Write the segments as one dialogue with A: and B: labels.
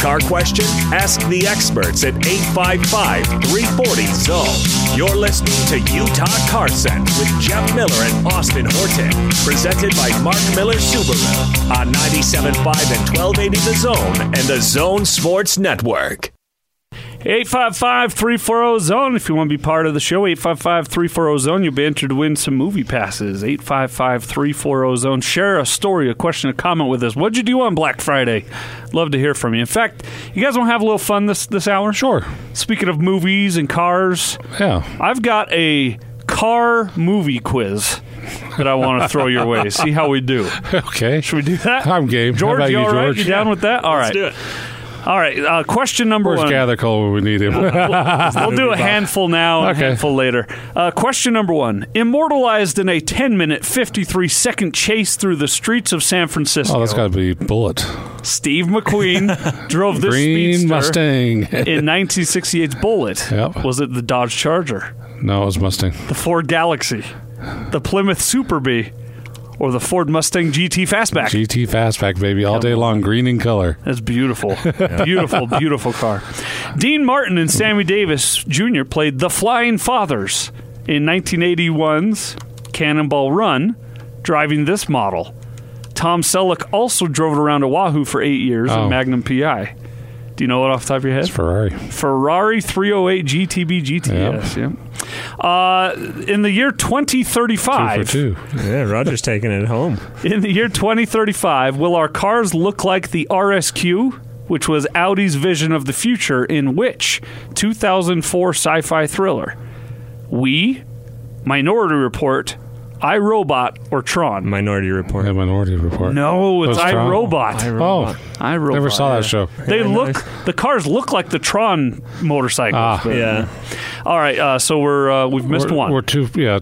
A: Car question? Ask the experts at 855 340 zone You're listening to Utah Car Sense with Jeff Miller and Austin Horton. Presented by Mark Miller Subaru on 97.5 and 1280 The Zone and the Zone Sports Network.
B: 855 340 Zone. If you want to be part of the show, 855 340 Zone. You'll be entered to win some movie passes. 855 340 Zone. Share a story, a question, a comment with us. What'd you do on Black Friday? Love to hear from you. In fact, you guys want to have a little fun this, this hour?
C: Sure.
B: Speaking of movies and cars,
C: Yeah.
B: I've got a car movie quiz that I want to throw your way. See how we do.
C: Okay.
B: Should we do that?
C: I'm game. How
B: George,
C: about
B: you,
C: you,
B: all right?
C: George?
B: You down with that? All right.
A: do it.
B: All right. Uh, question number
C: Where's
B: one.
C: Gathercole when we need him? Oh,
B: We'll do a handful now, and
C: Okay.
B: a handful later. Uh, question number one: Immortalized in a ten-minute, fifty-three-second chase through the streets of San Francisco,
C: oh, that's got to be Bullet.
B: Steve McQueen drove this
C: Oh, Green
B: speedster
C: Mustang.
B: in 1968's Bullet.
C: Yep.
B: Was it the Dodge Charger,
C: no, it was Mustang.
B: the Ford Galaxy, the Plymouth Super Bee, or the Ford Mustang GT Fastback?
C: GT Fastback, baby, all day long, green in color.
B: That's beautiful. Beautiful, beautiful car. Dean Martin and Sammy Davis Jr. played The Flying Fathers in 1981's Cannonball Run, driving this model. Tom Selleck also drove it around Oahu for eight years
C: Oh.
B: in Magnum PI. Do you know it off the top of your head?
C: Ferrari.
B: Ferrari 308 GTB GTS. Yeah. Uh, in the year
C: Two
B: 2035,
C: for two.
D: Yeah, Roger's taking it home.
B: in the year 2035, will our cars look like the RSQ, which was Audi's vision of the future in which 2004 sci fi thriller? We, Minority Report, iRobot, or Tron?
D: Minority Report.
C: The Minority Report.
B: No, it's
C: It was Tron.
B: iRobot.
C: Oh,
B: iRobot.
C: never saw that show.
B: They
D: Yeah,
B: look,
D: nice.
B: the cars look like the Tron motorcycles.
C: Ah.
B: but-
D: Yeah.
B: All right, uh, so we're uh, we've missed
C: we're,
B: one.
C: We're two, yeah,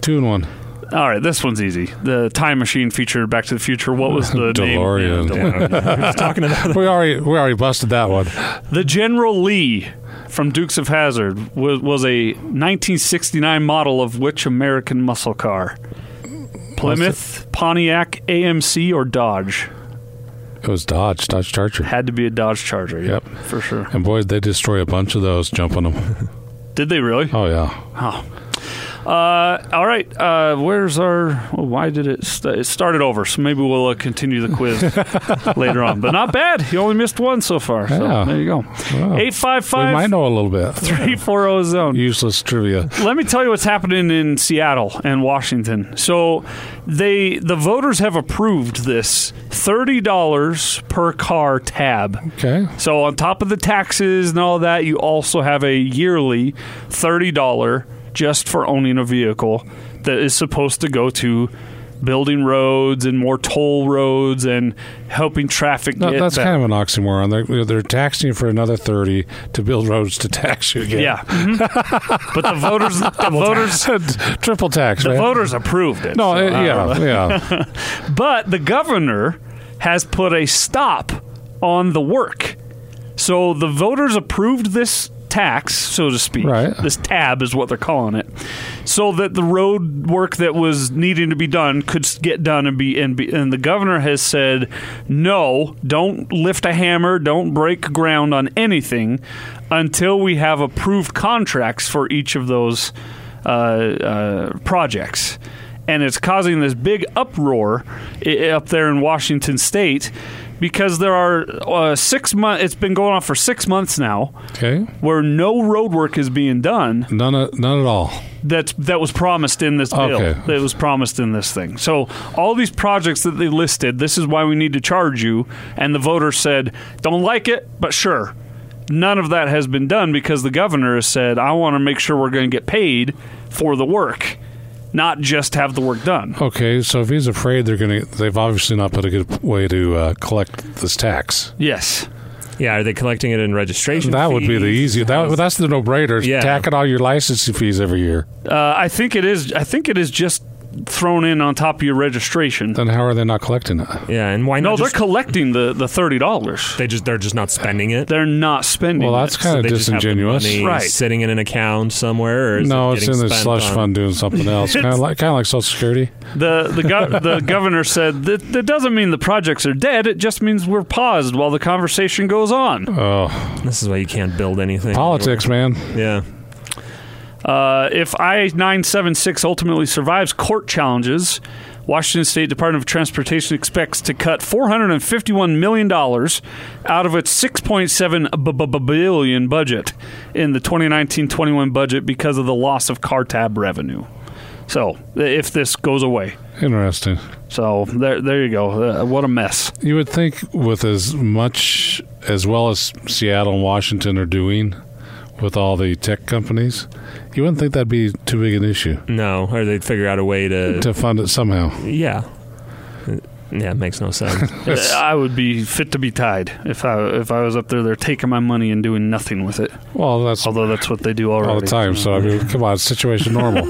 C: two and one.
B: All right, this one's easy. The time machine featured Back to the Future. What was the name?
C: DeLorean.
B: Yeah,
D: Just talking about
C: We already we already busted that one.
B: The General Lee from Dukes of Hazard was, was a 1969 model of which American muscle car? Plymouth, Pontiac, AMC, or Dodge?
C: It was Dodge, Dodge Charger.
B: Had to be a Dodge Charger.
C: Yep.
B: for sure.
C: And boy, did they destroy a bunch of those jumping them.
B: Did they really?
C: Oh yeah,
B: Oh. Uh, all right. Uh, where's our? Well, why did it? St- it started over. So maybe we'll uh, continue the quiz later on. But not bad. You only missed one so far. So
C: Yeah.
B: there you go.
C: Wow.
B: Eight five
C: we might
B: five
C: know a little bit.
B: three four oh zero zone.
C: Useless trivia.
B: Let me tell you what's happening in Seattle and Washington. So they the voters have approved this $30 per car tab.
C: Okay,
B: So on top of the taxes and all that, you also have a yearly $30 just for owning a vehicle that is supposed to go to building roads and more toll roads and helping traffic
C: no,
B: get
C: that's
B: better.
C: kind of an oxymoron. They're, you know, they're taxing you for another thirty to build roads to tax you again.
B: yeah. Mhm. but the voters the voters
C: triple tax.
B: the
C: man.
B: voters approved it.
C: no,
B: so uh,
C: eh,
B: I don't know.
C: yeah, yeah.
B: But the governor has put a stop on the work. So the voters approved this tax, so to speak.
C: Right.
B: This tab is what they're calling it. So that the road work that was needing to be done could s- get done and be and, be, and the governor has said, "No, don't lift a hammer, don't break ground on anything until we have approved contracts for each of those uh, uh, projects." and it's causing this big uproar i- up there in Washington State because there are uh, six months. It's been going on for six months now,
C: Okay,
B: where no road work is being done.
C: none, at- none at all.
B: That's that was promised in this bill.
C: Okay.
B: That was promised in this thing. So all these projects that they listed, this is why we need to charge you. And the voters said, "Don't like it, but sure." None of that has been done because the governor has said, "I want to make sure we're going to get paid for the work, not just have the work done."
C: Okay, so if he's afraid they're gonna, they've obviously not put a good way to uh, collect this tax.
B: Yes.
D: Yeah, are they collecting it in registration?
C: That would be the
D: fees?
C: easiest. That, that's the no-brainer.
D: Yeah.
C: Tacking all your licensing fees every year.
B: Uh, I think it is. I think it is just thrown in on top of your registration.
C: Then how are they not collecting it?
D: Yeah, and why
B: No,
D: not?
B: they're
D: just-
B: collecting the, the thirty dollars.
D: they just they're just not spending it.
B: They're not spending.
C: Well,
B: it.
C: that's kind
D: So
C: of
D: they just have the
C: disingenuous.
D: money
B: Right.
D: Sitting in an account somewhere. Or is
C: No,
D: it
C: it's in
D: getting
C: the
D: spent
C: slush
D: on-
C: fund doing something else. kind of like kind of like Social Security.
B: The the, gov the governor said that that doesn't mean the projects are dead. It just means we're paused while the conversation goes on.
C: Oh,
D: This is why you can't build anything.
C: politics, man.
D: Yeah.
B: Uh, if I nine seven six ultimately survives court challenges, Washington State Department of Transportation expects to cut four hundred and fifty one million dollars out of its six point seven billion budget in the 2019-21 budget because of the loss of car tab revenue. So if this goes away.
C: Interesting.
B: So there, there you go. Uh, what a mess.
C: You would think with as much as well as Seattle and Washington are doing with all the tech companies, you wouldn't think that'd be too big an issue
D: No, or they'd figure out a way to.
C: to fund it somehow.
D: yeah. Yeah, it makes no sense.
B: I would be fit to be tied if I if I was up there. They're taking my money and doing nothing with it.
C: Well, that's
B: Although that's what they do already.
C: all the time. So I mean, come on, situation normal.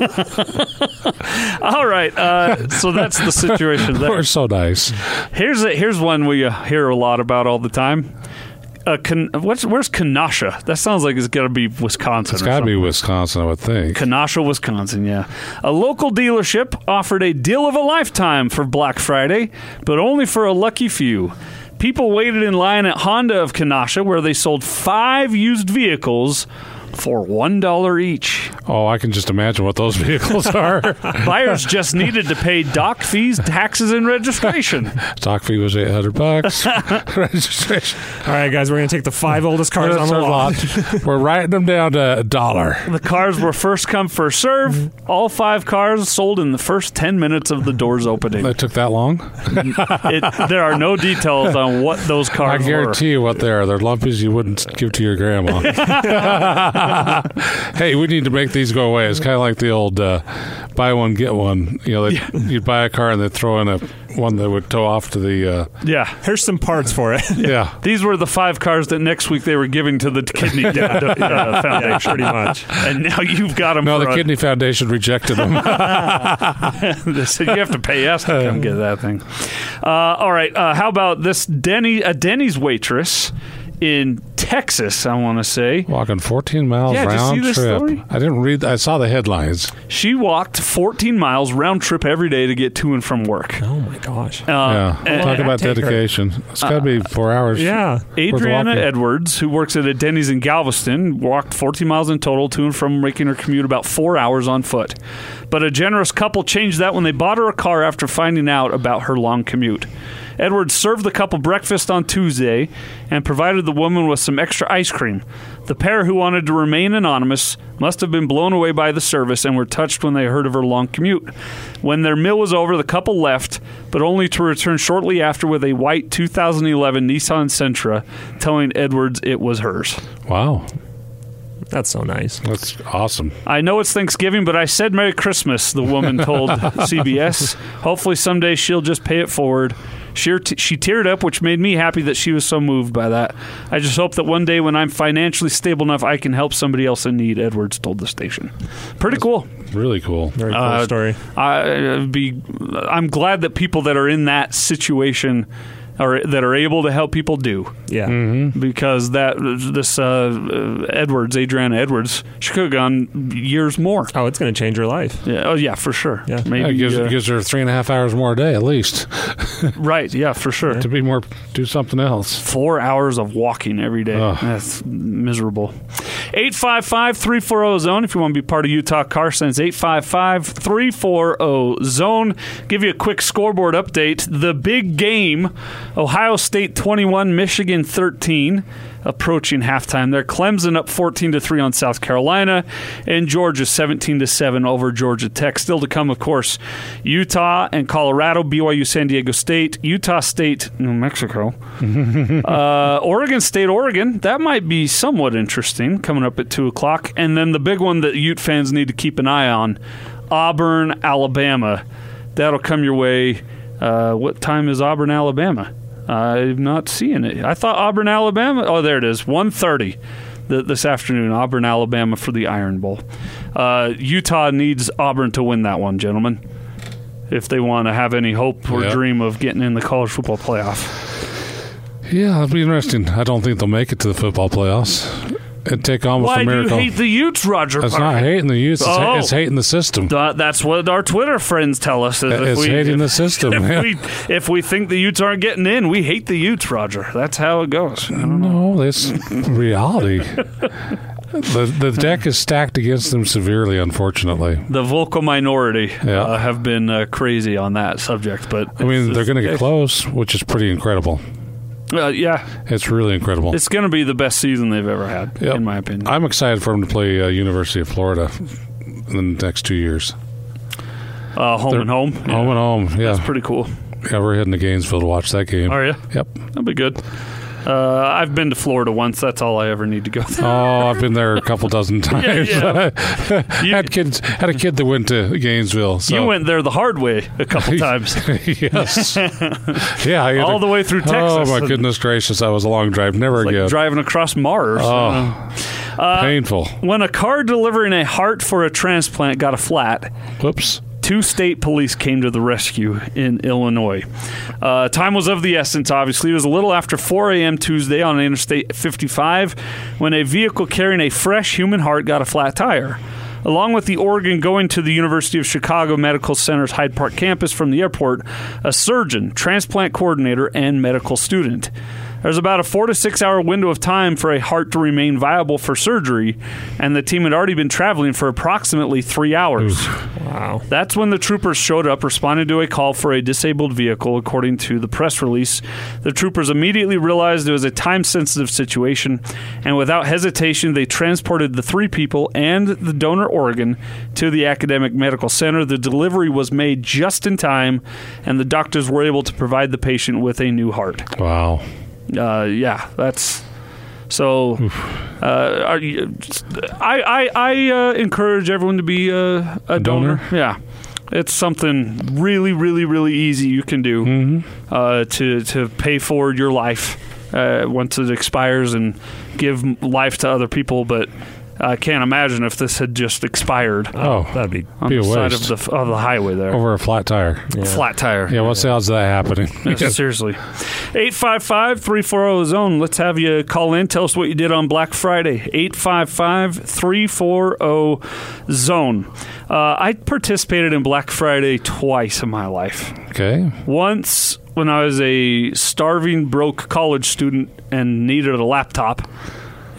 B: All right. Uh, so that's the situation there.
C: We're so nice.
B: Here's a, here's one we uh, hear a lot about all the time. Uh, Ken, what's, where's Kenosha? That sounds like it's got to be Wisconsin.
C: It's
B: or
C: got to
B: something.
C: be Wisconsin, I would think.
B: Kenosha, Wisconsin, yeah. A local dealership offered a deal of a lifetime for Black Friday, but only for a lucky few. People waited in line at Honda of Kenosha, where they sold five used vehicles for $1 each.
C: Oh, I can just imagine what those vehicles are.
B: Buyers just needed to pay dock fees, taxes, and registration.
C: Stock fee was eight hundred bucks. Registration
D: All right, guys, we're going to take the five oldest cars on
C: That's
D: the
C: our
D: lot.
C: lot. We're writing them down to a dollar.
B: The cars were first come, first serve. All five cars sold in the first 10 minutes of the doors opening.
C: That took that long.
B: It, there are no details on what those
C: I
B: cars were.
C: guarantee you what they are. They're lumpies you wouldn't give to your grandma. hey, we need to make these go away. It's kind of like the old uh, buy one, get one. You know, they, you'd buy a car and they'd throw in a one that would tow off to the. Uh,
B: Yeah.
D: Here's some parts for it.
C: yeah.
B: These were the five cars that next week they were giving to the kidney d- d- uh, foundation, pretty much. And now you've got them.
C: No,
B: for
C: the
B: a-
C: Kidney Foundation rejected them.
B: they said you have to pay us to come get that thing. Uh, all right. Uh, how about this Denny? A Denny's waitress in Texas. I want to say
C: Walking 14 miles
B: Yeah, did you
C: round
B: see this
C: trip.
B: story?
C: I didn't read. I saw the headlines.
B: she walked 14 miles round trip every day to get to and from work. Uh,
D: Oh, my gosh.
C: yeah,
B: and-
C: talk about
D: take her.
C: dedication. It's got to
B: Uh,
C: be four hours.
D: yeah.
B: Adriana
C: walking.
B: Edwards, who works at a Denny's in Galveston, walked 14 miles in total to and from making her commute about four hours on foot. But a generous couple changed that when they bought her a car after finding out about her long commute. Edwards served the couple breakfast on Tuesday and provided the woman with some extra ice cream. The pair, who wanted to remain anonymous, must have been blown away by the service and were touched when they heard of her long commute. When their meal was over, the couple left, but only to return shortly after with a white 2011 Nissan Sentra, telling Edwards it was hers.
C: Wow.
D: That's so nice.
C: That's awesome.
B: I know it's Thanksgiving, but I said Merry Christmas, the woman told CBS. Hopefully, someday she'll just pay it forward. She, er, she teared up, which made me happy that she was so moved by that. I just hope that one day when I'm financially stable enough, I can help somebody else in need, Edwards told the station. Pretty cool.
C: Really cool.
D: Very cool
B: Uh,
D: story.
B: I, I'd be, I'm glad that people that are in that situation are that are able to help people do
D: Yeah.
B: mm-hmm. because that this uh, Edwards, Adriana Edwards, she could have gone years more.
D: Oh, it's going to change your life.
B: Yeah, oh yeah, for sure.
D: Yeah.
C: That
B: Maybe
C: gives,
B: uh,
C: gives her three and a half hours more a day at least
B: right. Yeah, for sure.
C: to be more do something else.
B: Four hours of walking every day.
C: Ugh.
B: That's miserable. 855 340 oh, Zone. If you want to be part of Utah Car Sense, 855 340 oh, Zone. Give you a quick scoreboard update. The big game Ohio State 21, Michigan 13. Approaching halftime, there. Clemson up 14 to three on South Carolina, and Georgia 17 to seven over Georgia Tech. Still to come, of course, Utah and Colorado, BYU, San Diego State, Utah State, New Mexico, uh, Oregon State, Oregon. That might be somewhat interesting coming up at 2 o'clock. And then the big one that Ute fans need to keep an eye on Auburn, Alabama. That'll come your way. Uh, what time is Auburn, Alabama? I'm not seeing it. I thought Auburn, Alabama. Oh, there it is. 1.30 th- this afternoon, Auburn, Alabama for the Iron Bowl. Uh, Utah needs Auburn to win that one, gentlemen. if they want to have any hope or
C: Yep.
B: dream of getting in the college football playoff.
C: Yeah, it'll be interesting. I don't think they'll make it to the football playoffs. It'd take almost
B: Why
C: a
B: do you
C: miracle.
B: hate the Utes, Roger?
C: That's
B: Park?
C: not hating the youth. It's,
B: Oh.
C: it's hating the system.
B: Th- that's what our Twitter friends tell us. Is if
C: Uh, It's
B: we,
C: hating the system.
B: if,
C: yeah.
B: we, if we think the Utes aren't getting in, we hate the Utes, Roger. That's how it goes.
C: No, that's reality. the the deck is stacked against them severely, unfortunately.
B: The vocal minority
C: Yeah.
B: uh, have been uh, crazy on that subject, but
C: I mean, they're going to get close, which is pretty incredible.
B: uh, yeah,
C: It's really incredible.
B: it's going to be the best season they've ever had,
C: Yep.
B: in my opinion.
C: I'm excited for them to play uh, University of Florida in the next two years.
B: Uh, home
C: They're-
B: and home, yeah,
C: Home and home. Yeah.
B: that's pretty cool.
C: yeah, we're heading to Gainesville to watch that game.
B: Are you?
C: Yep.
B: That'll be good. Uh, I've been to Florida once. That's all I ever need to go. There.
C: Oh, I've been there a couple dozen times.
B: yeah. You-
C: had kids had a kid that went to Gainesville. So.
B: You went there the hard way a couple times.
C: yes. yeah. I had
B: All
C: a-
B: the way through Texas.
C: Oh my goodness gracious! That was a long drive. Never
B: Like
C: again.
B: driving across Mars.
C: oh, painful.
B: When a car delivering a heart for a transplant got a flat,
C: Whoops.
B: two state police came to the rescue in Illinois. Uh, time was of the essence, obviously. It was a little after 4 a.m. Tuesday on Interstate 55 when a vehicle carrying a fresh human heart got a flat tire. Along with the Oregon going to the University of Chicago Medical Center's Hyde Park campus from the airport, a surgeon, transplant coordinator, and medical student. There's about a four to six hour window of time for a heart to remain viable for surgery, and the team had already been traveling for approximately three hours.
D: Wow.
B: That's when the troopers showed up, responding to a call for a disabled vehicle, according to the press release. The troopers immediately realized it was a time sensitive situation, and without hesitation, they transported the three people and the donor organ to the academic medical center. The delivery was made just in time, and the doctors were able to provide the patient with a new heart.
C: Wow.
B: Uh, yeah, that's. So, uh, are you, I I, I uh, encourage everyone to be uh, a donor.
C: donor?
B: Yeah, it's something really, really, really easy you can do
C: Mm-hmm.
B: uh, to to pay forward your life uh, once it expires and give m- life to other people. But I can't imagine if this had just expired
C: Oh,
D: That'd be.
B: on
C: be
B: the
C: a
B: side of
C: waste.
B: the f- of the highway there.
C: over a flat tire. Yeah.
B: Flat tire.
C: what's the odds of that happening?
B: Yeah, Seriously. 855 340 oh, Zone. Let's have you call in. Tell us what you did on Black Friday. 855 340 oh, Zone. Uh, I participated in Black Friday twice in my life.
C: okay.
B: Once when I was a starving, broke college student and needed a laptop,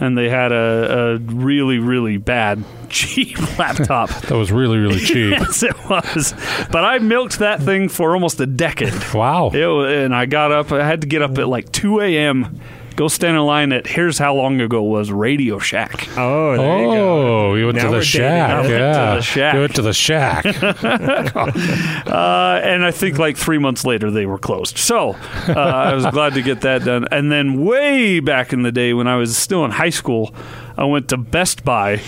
B: and they had a, a really, really bad, cheap laptop.
C: That was really really cheap.
B: yes, it was. But I milked that thing for almost a decade.
C: Wow.
B: It, wa- and I got up. I had to get up at like 2 a.m. Go stand in line at here's how long ago was Radio Shack.
D: Oh, there you go.
C: Oh, you went
D: Now
C: to
D: we're
C: the
D: dating. I
C: shack.
D: went
B: to
C: yeah.
B: the shack.
C: You went to the shack.
B: Uh, and I think like three months later they were closed. So uh, I was glad to get that done. And then way back in the day when I was still in high school, I went to Best Buy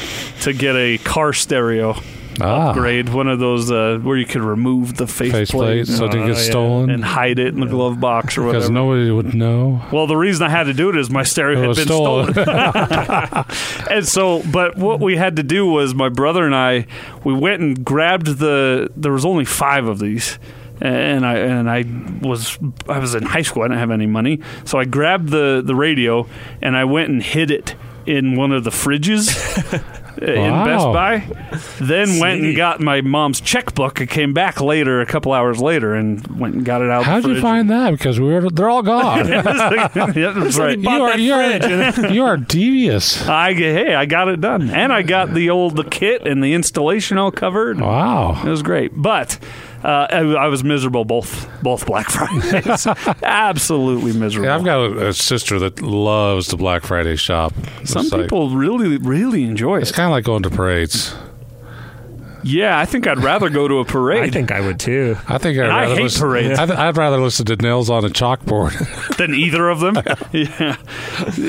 B: to get a car stereo
C: ah.
B: grade, one of those uh, where you could remove the
C: Faceplate,
B: faceplate
C: so it didn't get
D: Oh, yeah.
C: stolen.
B: Uh, and hide it in the glove box or
C: because
B: whatever.
C: nobody would know
B: Well, the reason I had to do it is my stereo
C: it
B: had
C: was
B: been
C: stolen.
B: stolen. And so, but what we had to do was my brother and I, we went and grabbed the. There was only five of these, and I and I was I was in high school. I didn't have any money, so I grabbed the the radio and I went and hid it in one of the fridges. uh, In Best
C: Wow.
B: Buy, then went and
D: Sneaky.
B: got my mom's checkbook. I came back later, a couple hours later, and went and got it out.
C: How'd
B: the
C: you find that? Because we were, they're all gone.
B: that? yeah, that's right.
C: you are you are you are devious.
B: I hey, I got it done, and I got the old the kit and the installation all covered. It
C: Wow.
B: was great, but uh, I, I was miserable both both Black Fridays. Absolutely miserable.
C: Yeah, I've got a, a sister that loves the Black Friday shop. It's
B: Some
C: like-
B: people really really enjoy
C: It's
B: it.
C: kind of like going to parades.
B: Yeah, I think I'd rather go to a
D: I
B: parade
D: think I would too.
C: I think I'd
B: I
C: rather
B: hate
C: listen,
B: parades.
C: I th- I'd rather listen to nails on a chalkboard.
B: than either of them. yeah,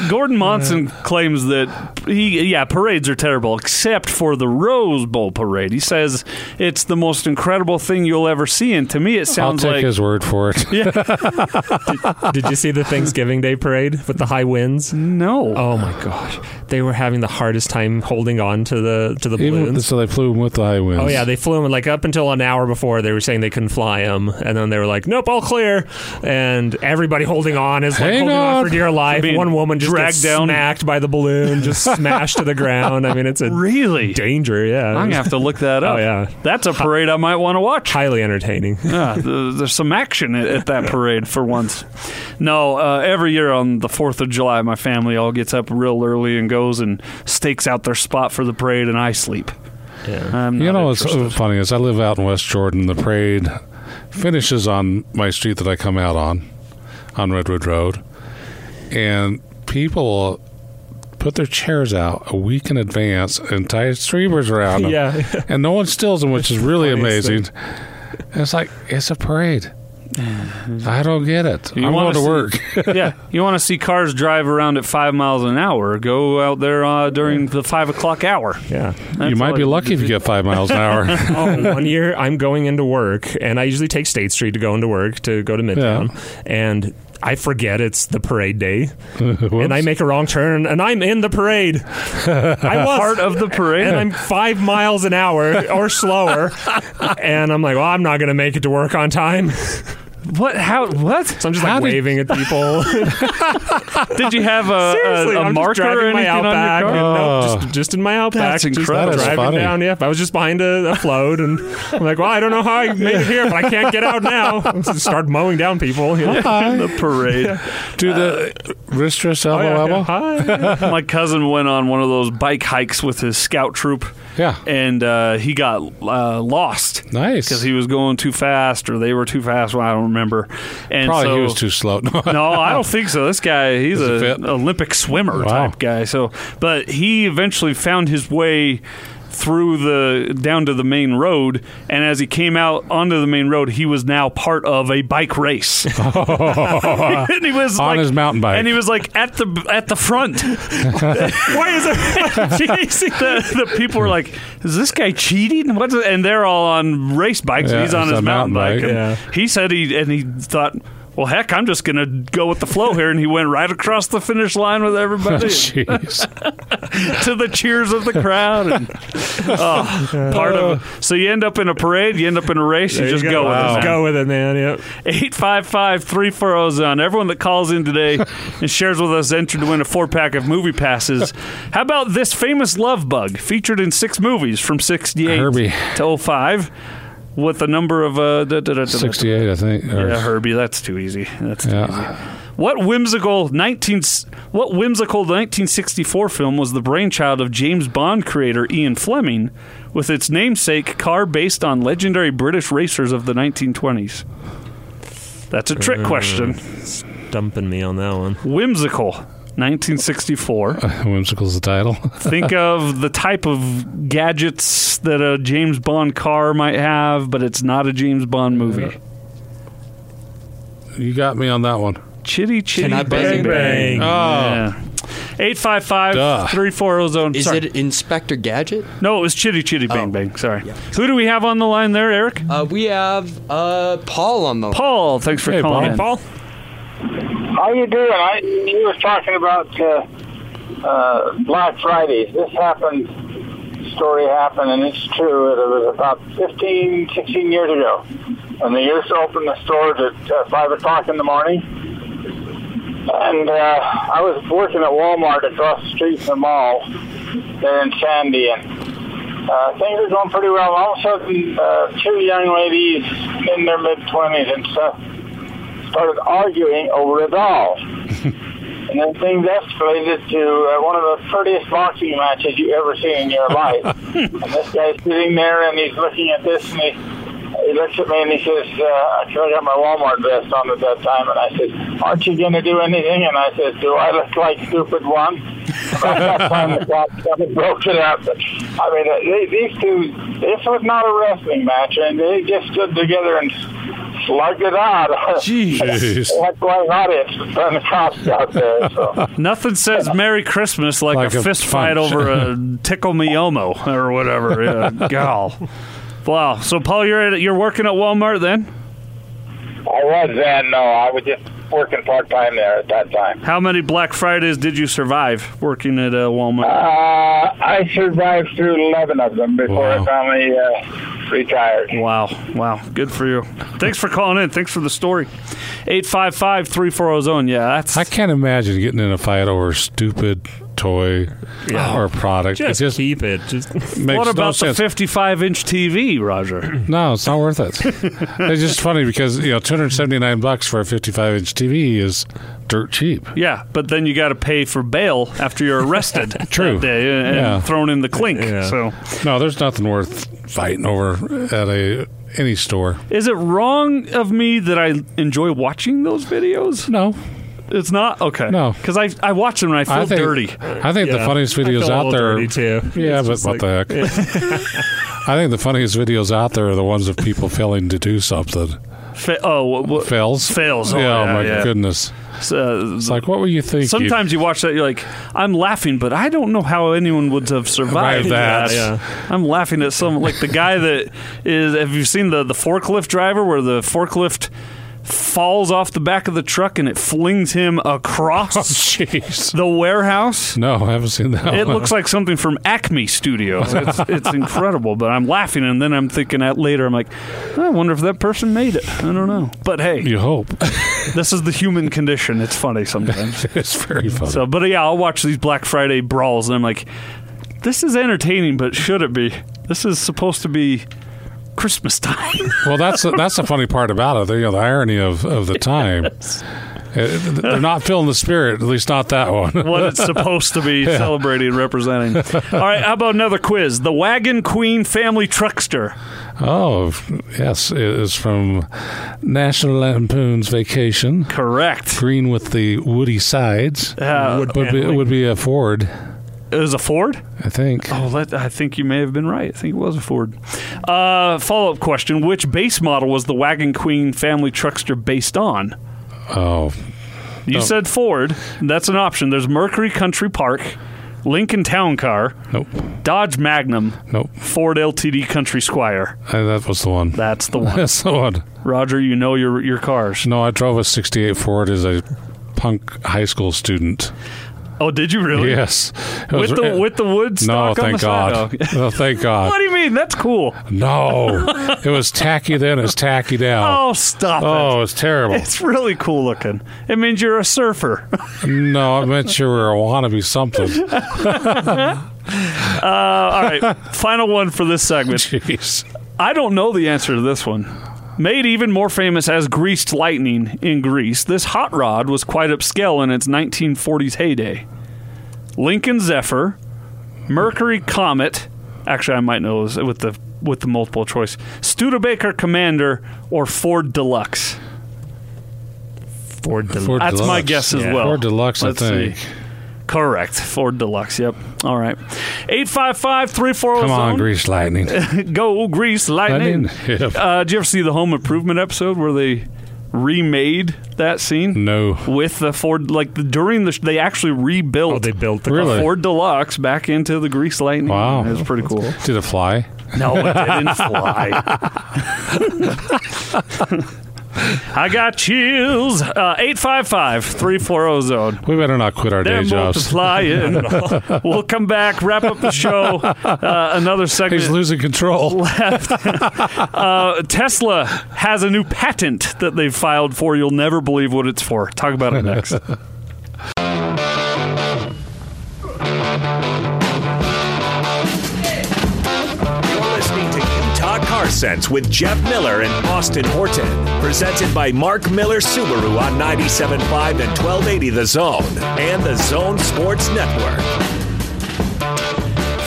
B: Gordon Monson claims that he yeah parades are terrible except for the Rose Bowl parade. He says it's the most incredible thing you'll ever see, and to me it
C: I'll
B: sounds
C: take
B: like
C: his word for it.
D: Did you see the Thanksgiving Day parade with the high winds?
B: no.
D: Oh my gosh, they were having the hardest time holding on to the to the
C: Even
D: balloons.
C: so, they flew him with the high winds.
D: Oh yeah, they flew him like up until an hour before they were saying they couldn't fly him, and then they were like, "Nope, all clear." And everybody holding on is like
C: Hang
D: holding on.
C: on.
D: for dear life.
B: Being
D: One woman just
B: dragged
D: gets
B: down.
D: smacked by the balloon, just smashed to the ground. I mean, it's a
B: Really?
D: danger. Yeah,
B: I'm gonna have to look that up.
D: Oh, yeah.
B: that's a parade I might want to watch.
D: highly entertaining.
B: Yeah, th- there's some action at, at that parade for once. No, uh, every year on the 4th of July, my family all gets up real early and goes and stakes out their spot for the parade, and I sleep.
D: Yeah.
B: I'm
C: You
B: not
C: know what's
B: interested.
C: uh, funny is I live out in West Jordan. The parade finishes on my street that I come out on, on Redwood Road, and people put their chairs out a week in advance and tie streamers around them.
D: Yeah.
C: and no one steals them, which is really
D: funniest thing.
C: amazing. And It's like it's a parade. I don't get it.
B: Mm-hmm. You
C: I'm
B: wanna
C: going to
B: see-
C: work.
B: yeah, you want to see cars drive around at five miles an hour? Go out there uh, during the five o'clock hour.
D: Yeah.
C: you
B: That's all
C: might be
B: I-
C: lucky if you get five miles an hour.
D: Oh, one year I'm going into work, and I usually take State Street to go into work to go to Midtown, and I forget it's the parade day, and I make a wrong turn, and I'm in the parade. I was
B: Part of the parade.
D: and I'm five miles an hour or slower, and I'm like, well, I'm not going to make it to work on time. So
B: what? How? What?
D: I'm just like
C: How did-
D: waving at people.
B: Did you have a, a,
D: Seriously,
B: a
D: I'm
B: marker
D: just
B: or
D: driving my
B: anything on your
D: Outback.
B: car?
D: and- no,
C: Oh.
D: just, just in my Outback.
B: That's
D: just
B: incredible.
C: That is
D: driving
C: funny.
D: down. Yep, I was just behind a, a float, and I'm like, well, I don't know how I made it here, but I can't get out now. Just Start mowing down people. You know?
B: the parade.
C: Do
B: uh,
C: the wrist wrist elbow
D: Oh, yeah,
C: elbow.
D: yeah. Hi.
B: My cousin went on one of those bike hikes with his scout troop.
C: Yeah.
B: And uh, he got uh, lost.
C: Nice.
B: Because he was going too fast or they were too fast. Well, I don't remember. And
C: Probably
B: so,
C: he was too slow.
B: no, I don't think so. This guy, he's
C: Is he fit?
B: an Olympic swimmer
C: Wow.
B: type guy. So, but he eventually found his way through the down to the main road, and as he came out onto the main road, he was now part of a bike race. and he was
C: On
B: like-
C: his mountain bike.
B: and he was like at the at the front.
D: Why is it? Jeez.
B: the, the people were like, "Is this guy cheating?" What's it? And they're all on race bikes. and
C: Yeah,
B: he's on
C: it's
B: his
C: a
B: mountain
C: mountain
B: bike.
C: bike.
B: And He said he and he thought, "Well, heck, I'm just gonna go with the flow here." And he went right across the finish line with everybody
C: Jeez.
B: to the cheers of the crowd. And, oh, part of so you end up in a parade, you end up in a race, you just go, with it.
D: Just
B: man.
D: go with it, man. Yep.
B: 855 340 Zone. oh Everyone that calls in today and shares with us entered to win a four pack of movie passes. How about this famous love bug featured in six movies from 68
C: Herbie.
B: to 05 with a number of. Uh, da, da, da, da, da,
C: 68, I think. or-
B: Yeah, Herbie, that's too easy. That's too easy.
C: yeah.
B: What whimsical 19 what whimsical 1964 film was the brainchild of James Bond creator Ian Fleming with its namesake car based on legendary British racers of the 1920s? That's a trick question.
D: Dumping me on that one.
B: Whimsical 1964.
C: Whimsical's the title.
B: Think of the type of gadgets that a James Bond car might have, but it's not a James Bond movie.
C: you got me on that one.
B: Chitty chitty
E: I
B: bang
E: bang
B: bang.
D: bang?
B: Yeah.
C: Duh.
B: 855 340 zone.
E: Is
B: Sorry.
E: it Inspector Gadget?
B: No, it was Chitty Chitty Bang
E: Oh.
B: Bang. Sorry. Who do we have on the line there, Eric?
E: Uh, we have uh, Paul on the
B: Paul. Thanks for
C: Hey,
B: calling
D: Paul?
B: in.
C: Paul.
F: How you doing? I you were talking about uh, uh, Black Fridays. This happened. Story happened, and it's true. It was about 15, 16 years ago, and they used to open the stores at uh, five o'clock in the morning. And uh, I was working at Walmart across the street from the mall there in Sandy, and uh, things were going pretty well. All of a sudden, uh, two young ladies in their mid twenties and stuff started arguing over a doll. and then things escalated to uh, one of the prettiest boxing matches you ever seen in your life. and this guy's sitting there and he's looking at this and he, he looks at me and he says, uh, I still got my Walmart vest on at that time. And I said, aren't you going to do anything? And I said, do I look like stupid one? By that time the cop kind of broke it up. But, I mean, uh, they, these two, this was not a wrestling match and they just stood together and slugged it out.
C: Jeez.
F: That's why not it. Turn the cops out there. So.
B: Nothing says Merry Christmas like,
C: Like
B: a,
C: a
B: fist fight
C: punch.
B: over a tickle me Elmo or whatever. Yeah. Gal. Wow. So, Paul, you're at, you're working at Walmart then?
G: I was then. No, I was just working part time there at that time.
B: How many Black Fridays did you survive working at uh, Walmart?
G: Uh, I survived through 11 of them before
C: Wow.
G: I finally uh, retired.
B: Wow, wow, good for you. Thanks for calling in. Thanks for the story. 855 340 Zone. Yeah, that's.
C: I can't imagine getting in a fight over a stupid toy or product.
D: Just,
C: it just
D: keep it. Just
C: makes
B: what
C: no
B: about the
C: sense.
B: 55 inch TV, Roger?
C: No, it's not worth it. it's just funny because you know, two hundred seventy nine bucks for a fifty five inch TV is dirt cheap.
B: yeah, but then you got to pay for bail after you're arrested.
C: True.
B: that day and, and
C: Yeah.
B: thrown in the clink.
D: Yeah.
B: So.
C: No, there's nothing worth fighting over at a any store.
B: Is it wrong of me that I enjoy watching those videos?
C: No,
B: It's not okay.
C: No.
B: because I I watch them and I feel
C: I think
B: dirty.
C: I think the
D: Yeah.
C: funniest
D: I feel
C: videos
D: a
C: out
D: little
C: there.
D: dirty, too.
C: Yeah,
D: It's
C: but
D: just
C: what the heck? I think the funniest videos out there are the ones of people failing to do something.
B: Fa- oh, what, what,
C: Fails.
B: Fails. Oh,
C: yeah,
B: yeah,
C: my
B: yeah.
C: goodness.
B: uh,
C: It's like, what were you thinking?
B: sometimes you watch that you're like, I'm laughing, but I don't know how anyone would have survived
C: Survived that.
B: that. I'm laughing at some like the guy that is. Have you seen the the forklift driver where the forklift? Falls off the back of the truck and it flings him across
C: Jeez. Uh-huh.
B: the warehouse.
C: No, I haven't seen that.
B: It
C: one.
B: looks like something from Acme Studio. It's, it's incredible, but I'm laughing, and then I'm thinking at later, I'm like, I wonder if that person made it. I don't know. But hey,
C: You hope.
B: this is the human condition. It's funny sometimes.
C: it's very funny.
B: so, but yeah, I'll watch these Black Friday brawls, and I'm like, this is entertaining, but should it be? This is supposed to be Christmas time.
C: Well, that's the, that's the funny part about it. The, you know, the irony of, of the time. Uh, They're not feeling the spirit, at least not that one.
B: what it's supposed to be celebrating and representing. All right, how about another quiz? The Wagon Queen Family Truckster.
C: Oh, yes, it is from National Lampoon's Vacation.
B: Correct.
C: Green with the woody sides
B: Uh,
C: would be would be a Ford,
B: it was a Ford?
C: I think.
B: Oh, that, I think you may have been right. I think it was a Ford. Uh, Follow up question Which base model was the Wagon Queen family truckster based on?
C: Oh,
B: You said Ford. That's an option. There's Mercury Country Park, Lincoln Town Car,
C: nope,
B: Dodge Magnum,
C: nope.
B: Ford LTD Country Squire.
C: Uh, that was the one.
B: That's the one.
C: That's the one.
B: Roger, you know your, your cars.
C: No, I drove a '68 Ford as a punk high school student.
B: Oh, did you really?
C: Yes, It was-
B: With the, with the wood
C: no,
B: stock on
C: thank
B: the side?
C: God.
B: Oh.
C: No, thank God.
B: What do you mean? That's cool.
C: No, it was tacky then. It's tacky now.
B: Oh, stop it.
C: it's terrible.
B: It's really cool looking. It means you're a surfer.
C: No, I meant you were a wannabe something.
B: All right, final one for this segment.
C: Jeez,
B: I don't know the answer to this one. Made even more famous as Greased Lightning in Greece, this hot rod was quite upscale in its 1940s heyday. Lincoln Zephyr, Mercury Comet, actually I might know this with the with the multiple choice, Studebaker Commander or Ford Deluxe.
D: Ford Deluxe.
C: Ford
B: That's my
C: Deluxe.
B: guess as
D: Yeah.
B: well.
C: Ford Deluxe,
B: Let's
C: I
B: see.
C: think.
B: Correct. Ford Deluxe. Yep. All right. 855 340
C: Come on, Grease Lightning.
B: Go Grease Lightning.
C: Lightning. Yep.
B: Uh, did you ever see the Home Improvement episode where they remade that scene
C: No.
B: with the Ford? Like the, during the, sh- they actually rebuilt.
D: Oh, they built the
C: Really?
B: the Ford Deluxe back into the Grease Lightning.
C: Wow.
B: it was pretty cool.
C: Did it fly?
B: No, it didn't fly. I got chills. Uh, Eight five five three four zero zone.
C: We better not quit our
B: They're
C: day jobs.
B: multiplying. we'll come back, wrap up the show. Uh, another segment.
C: He's losing control.
B: Uh, Tesla has a new patent that they've filed for. You'll never believe what it's for. Talk about it next.
A: You're listening to Utah Car Sense with Jeff Miller and Austin Horton. Presented by Mark Miller Subaru on 97.5 and 1280 The Zone and The Zone Sports Network.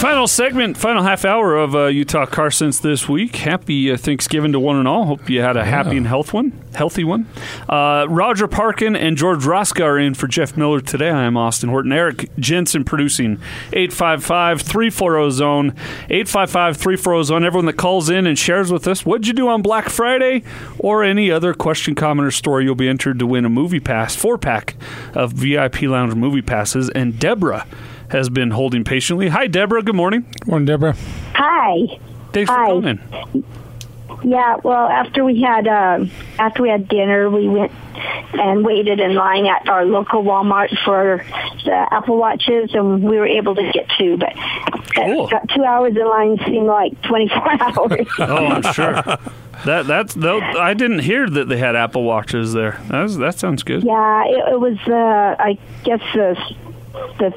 B: final segment, final half hour of uh, Utah Car Sense this week. Happy uh, Thanksgiving to one and all. Hope you had a happy and health one, healthy one. Uh, Roger Parkin and George Roska are in for Jeff Miller today. I am Austin Horton. Eric Jensen producing 855-340-ZONE, 855-340-ZONE. Everyone that calls in and shares with us, what'd you do on Black Friday or any other question, comment, or story, you'll be entered to win a movie pass, four-pack of VIP Lounge movie passes. And Deborah has been holding patiently. Hi, Deborah. Good morning.
C: Morning, Deborah.
H: Hi.
B: Thanks for
H: Hi.
B: calling.
H: Yeah, well, after we had uh, after we had dinner, we went and waited in line at our local Walmart for the Apple Watches, and we were able to get two. But
B: Cool.
H: that- two hours in line seemed like twenty four hours.
B: Oh, I'm sure. That that's tho- I didn't hear that they had Apple Watches there. That, was, that sounds good.
H: yeah, it, it was uh, I guess the the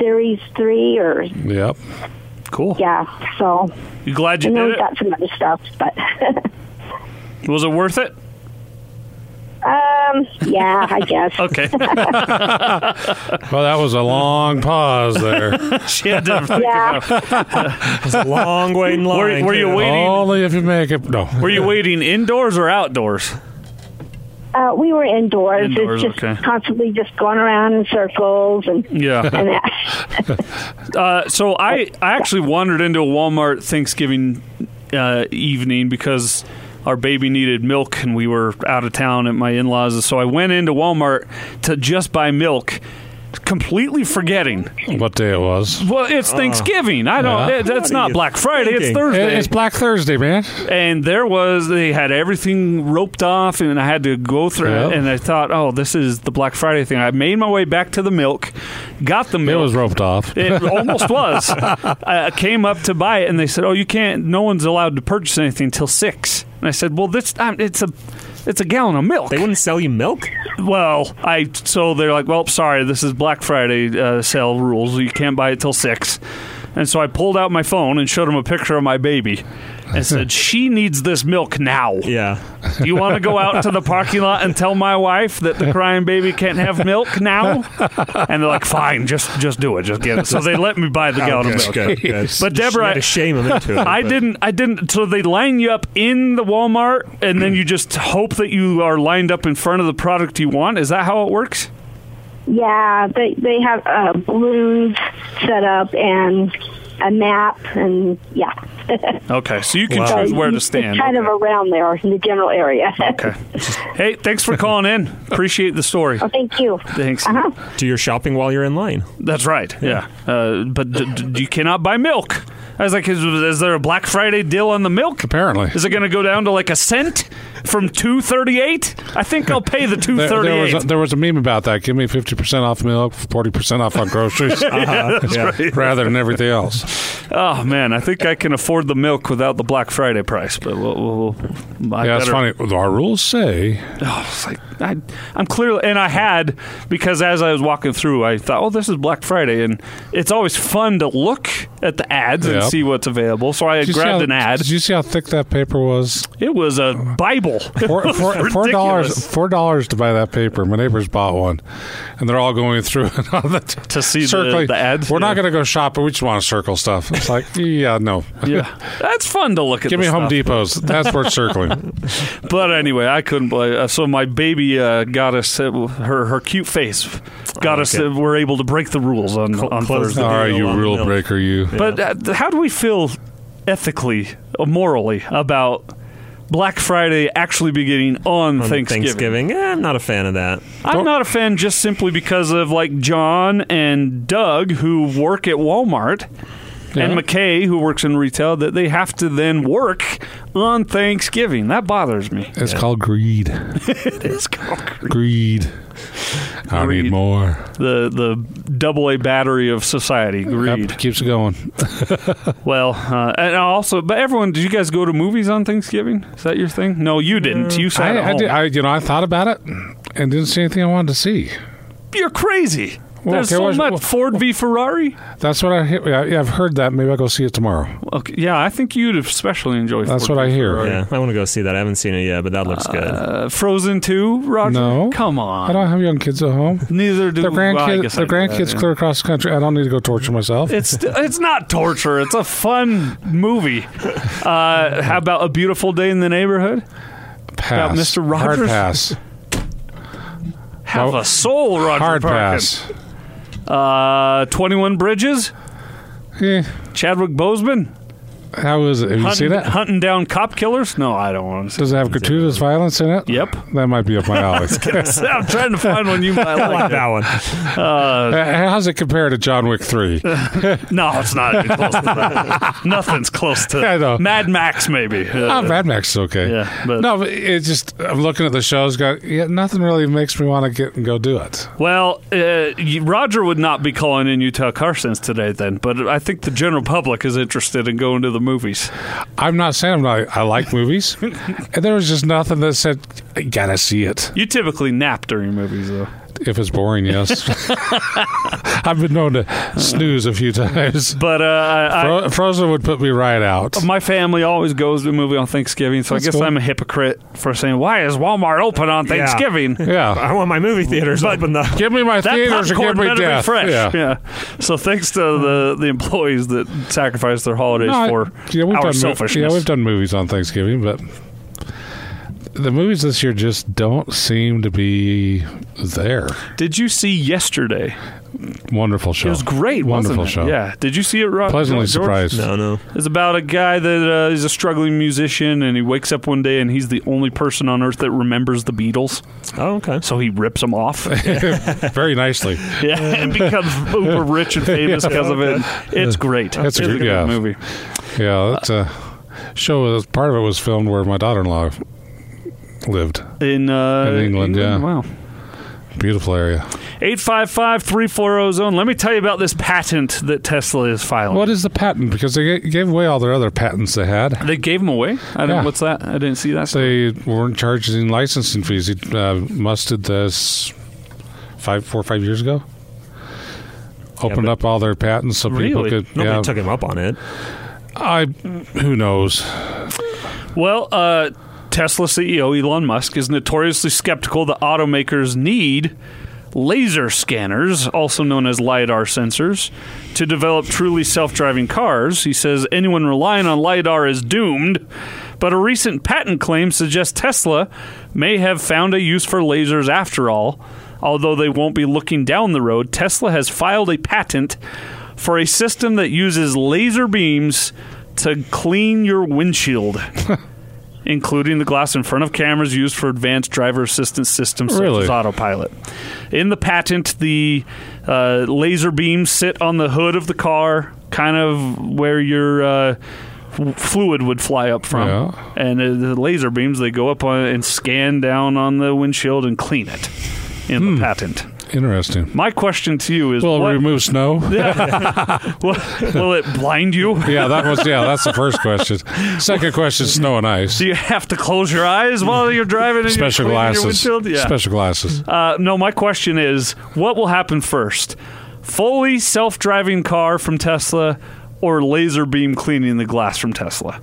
H: Series three or
C: Yep.
B: Cool.
H: yeah. So
B: You glad you
H: and then
B: did
H: we
B: it?
H: got some other stuff, but
B: Was it worth it?
H: um, yeah, I guess.
B: Okay.
C: Well, that was a long pause there.
B: she had to think
H: Yeah.
B: about.
D: It's a long way in line.
B: Were, were you Oh.
D: too.
B: waiting?
C: Only if you make it. No.
B: Were you waiting indoors or outdoors?
H: Uh, we were indoors.
B: Indoors,
H: it's just
B: okay.
H: constantly just going around in circles and,
B: Yeah.
H: and that.
B: Uh, so I, I actually wandered into a Walmart Thanksgiving uh, evening because our baby needed milk and we were out of town at my in laws. So I went into Walmart to just buy milk. Completely forgetting.
C: What day it was?
B: Well, it's Thanksgiving. I don't.
C: Uh, Yeah.
B: that- That's
D: What are
B: not
D: you
B: Black Friday. It's
D: thinking?
B: Thursday.
C: It's Black Thursday, man.
B: and there was they had everything roped off and i had to go through
C: Yeah.
B: it and i thought oh this is the black friday thing i made my way back to the milk got the
C: It
B: milk
C: was roped off.
B: it almost was i came up to buy it and they said oh you can't no one's allowed to purchase anything till six and i said well this time it's a it's a gallon of milk.
D: They wouldn't sell you milk.
B: well, I so they're like, well, sorry, this is Black Friday uh, sale rules. You can't buy it till six. And so I pulled out my phone and showed them a picture of my baby, and said, she needs this milk now.
D: Yeah.
B: Do you want to go out to the parking lot and tell my wife that the crying baby can't have milk now? And they're like, fine, just just do it, just get it. So they let me buy the
D: Oh,
B: gallon of milk. But Deborah,
D: had to shame him into it.
B: I
D: but-
B: didn't. I didn't. So they line you up in the Walmart, and then you just hope that you are lined up in front of the product you want. Is that how it works?
H: Yeah, they they have uh, balloons set up and a map and yeah.
B: Okay, so you can
H: So
B: choose where to
H: it's
B: stand.
H: kind of around there in the general area.
B: Okay. Hey, thanks for calling in. Appreciate the story.
H: well, thank you.
B: Thanks.
H: Uh-huh.
D: Do your shopping while you're in line.
B: That's right. Yeah. Uh, but d- d- you cannot buy milk. I was like, is, is there a Black Friday deal on the milk?
C: Apparently.
B: Is it going to go down to like a cent from two thirty eight? I think I'll pay the two
C: There,
B: thirty
C: there, was
B: eight.
C: a, there was a meme about that. Give me 50% off milk, 40% off on groceries, Uh-huh.
D: yeah.
C: rather than everything else.
B: Oh man, I think I can afford the milk without the Black Friday price. But we'll, we'll, we'll I better,
C: yeah, it's funny. Our rules say
B: Oh, it's like, I, I'm clearly, and I had because as I was walking through, I thought, oh, this is Black Friday, and it's always fun to look at the ads and
C: Yep.
B: see what's available. So I
C: Did you see
B: grabbed
C: how-
B: an ad.
C: Did you Uh, see how thick that paper was?
B: It was a Bible.
C: Four, four, four dollars. Four dollars to buy that paper. My neighbors bought one, and they're all going through it on the
B: To see the-
C: circling.
B: the ads,
C: We're
B: yeah.
C: not going to go shopping. We just want to circle stuff. It's like, yeah, no.
B: Yeah, that's fun to look at.
C: Give
B: the
C: me Home
B: stuff.
C: Depots. That's worth circling.
B: But anyway, I couldn't believe. Uh, so my baby uh, got us uh, her her cute face got us.
D: okay.
B: Uh, we're able to break the rules on on
D: close
B: Thursday.
D: the
C: All right,
D: deal
C: you
D: on
C: rule
D: milk.
C: breaker, you.
B: But uh, how do we feel ethically, uh, morally about Black Friday actually beginning on,
D: On
B: Thanksgiving?
D: Thanksgiving. Eh, I'm not a fan of that.
B: I'm not a fan just simply because of like John and Doug who work at Walmart. And
C: Yeah.
B: McKay, who works in retail, that they have to then work on Thanksgiving. That bothers me.
C: It's called greed.
B: It's called
C: Greed. I
B: Greed.
C: need more.
B: the the double A battery of society, greed.
C: Yep, keeps it going.
B: Well, uh, and also, but everyone, did you guys go to movies on Thanksgiving? Is that your thing? No, you didn't. You sat at
C: Uh, I, I,
B: home.
C: did, I, you know, I thought about it and didn't see anything I wanted to see.
B: You're crazy.
C: Well,
B: There's
C: okay,
B: so
C: what's-
B: much
C: well-
B: Ford v Ferrari.
C: That's what I hear. Yeah, I've heard that. Maybe I'll go see it tomorrow.
B: Okay, yeah, I think you'd especially enjoy.
C: That's
B: Ford
C: what
B: v
C: I hear.
B: Ferrari.
D: Yeah, I want to go see that. I haven't seen it yet, but that looks good.
B: Uh, Frozen two, Roger.
C: No.
B: come
C: I
B: on.
C: don't have young kids at home.
B: Neither do
C: Their
B: well, I
C: grandkids,
B: guess I
C: their
B: do that,
C: grandkids
B: yeah.
C: clear across the country. I don't need to go torture myself.
B: It's it's not torture. It's a fun movie. Uh, how about a beautiful day in the neighborhood?
C: pass.
B: Mr. Rogers?
C: Hard pass.
B: Have
C: Well,
B: a soul, Roger
C: Hard
B: Parkin.
C: pass.
B: Uh, Twenty One Bridges.
C: Eh,
B: Chadwick Boseman.
C: How is it? Have you
B: hunting,
C: seen it?
B: hunting down cop killers? No, I don't want to.
C: Does it have gratuitous violence in it?
B: Yep.
C: That might be up my alley.
B: See. I'm trying to find one you might like.
D: that one.
C: Uh, How's it compare to John Wick 3?
B: No, it's not even close to that. Nothing's close to
C: I know.
B: Mad Max, maybe.
C: Ah,
B: Uh,
C: Mad Max is okay.
B: Yeah, but-
C: no, but it just I'm looking at the shows. Got yeah, nothing really makes me want to get and go do it.
B: well, uh, you- Roger would not be calling in Utah Carsons today, then, but I think the general public is interested in going to the movies.
C: I'm not saying I'm not. I like movies, and there was just nothing that said I gotta see it.
B: You typically nap during movies, though.
C: If it's boring, yes. I've been known to snooze a few times.
B: But uh, I,
C: Fro- Frozen would put me right out.
B: my family always goes to a movie on Thanksgiving, so I
C: That's
B: guess
C: cool.
B: I'm a hypocrite for saying, why is Walmart open on
D: Yeah.
B: Thanksgiving?
C: Yeah,
D: I want my movie theaters open though.
C: give me my
B: That
C: theaters and
B: popcorn
C: give me
B: better
C: death.
B: be fresh.
C: Yeah.
B: So thanks to the, the employees that sacrifice their holidays
C: No, I-
B: for
C: yeah, we've
B: our
C: done, mo-
B: selfishness.
C: Yeah, we've done movies on Thanksgiving, but the movies this year just don't seem to be there.
B: Did you see yesterday?
C: Wonderful show.
B: It was great.
C: Oh, Wonderful
B: wasn't
C: show.
B: it? Yeah. Did you see it, Rob?
C: Pleasantly
B: George?
C: surprised.
D: No, no.
B: It's about a guy that uh, is a struggling musician, and he wakes up one day and he's the only person on earth that remembers the Beatles.
D: Oh, okay.
B: So he rips them off.
C: Very nicely.
B: yeah, and becomes uber rich and famous because of it. It's great.
C: That's a
B: It's
C: good- yeah.
B: movie.
C: Yeah, that's a show. Part of it was filmed where my daughter-in-law lived.
B: In, uh,
C: In England, yeah.
B: Wow.
C: Beautiful area.
B: 855 340 zone. Let me tell you about this patent that Tesla is filing.
C: What is the patent? Because they ga- gave away all their other patents they had.
B: They gave them away. I don't.
C: Yeah.
B: What's that? I didn't see that.
C: They weren't charging licensing fees. He uh, musted this five, four or five years ago. Opened
D: but-
C: up all their patents so people
B: Really?
C: could.
D: Nobody
C: yeah,
D: took him up on it.
C: I. Who knows?
B: Well, uh, Tesla CEO Elon Musk is notoriously skeptical that automakers need laser scanners, also known as LiDAR sensors, to develop truly self driving cars. He says anyone relying on LiDAR is doomed, but a recent patent claim suggests Tesla may have found a use for lasers after all. Although they won't be looking down the road, Tesla has filed a patent for a system that uses laser beams to clean your windshield including the glass in front of cameras used for advanced driver assistance systems such
C: Really?
B: as autopilot. In the patent, the uh, laser beams sit on the hood of the car, kind of where your uh, w- fluid would fly up from.
C: Yeah.
B: And uh, the laser beams, they go up on and scan down on the windshield and clean it in
C: Hmm.
B: the patent.
C: Interesting.
B: My question to you is
C: Will it
B: what,
C: remove snow? Yeah.
B: what- will it blind you?
C: that was yeah. That's the first question. Second question: snow and ice.
B: Do you have to close your eyes while you're driving and
C: Special
B: you're cleaning your
C: glasses.
B: windshield? Yeah.
C: Special glasses.
B: Uh, no, my question is what will happen first? Fully self driving car from Tesla or laser beam cleaning the glass from Tesla?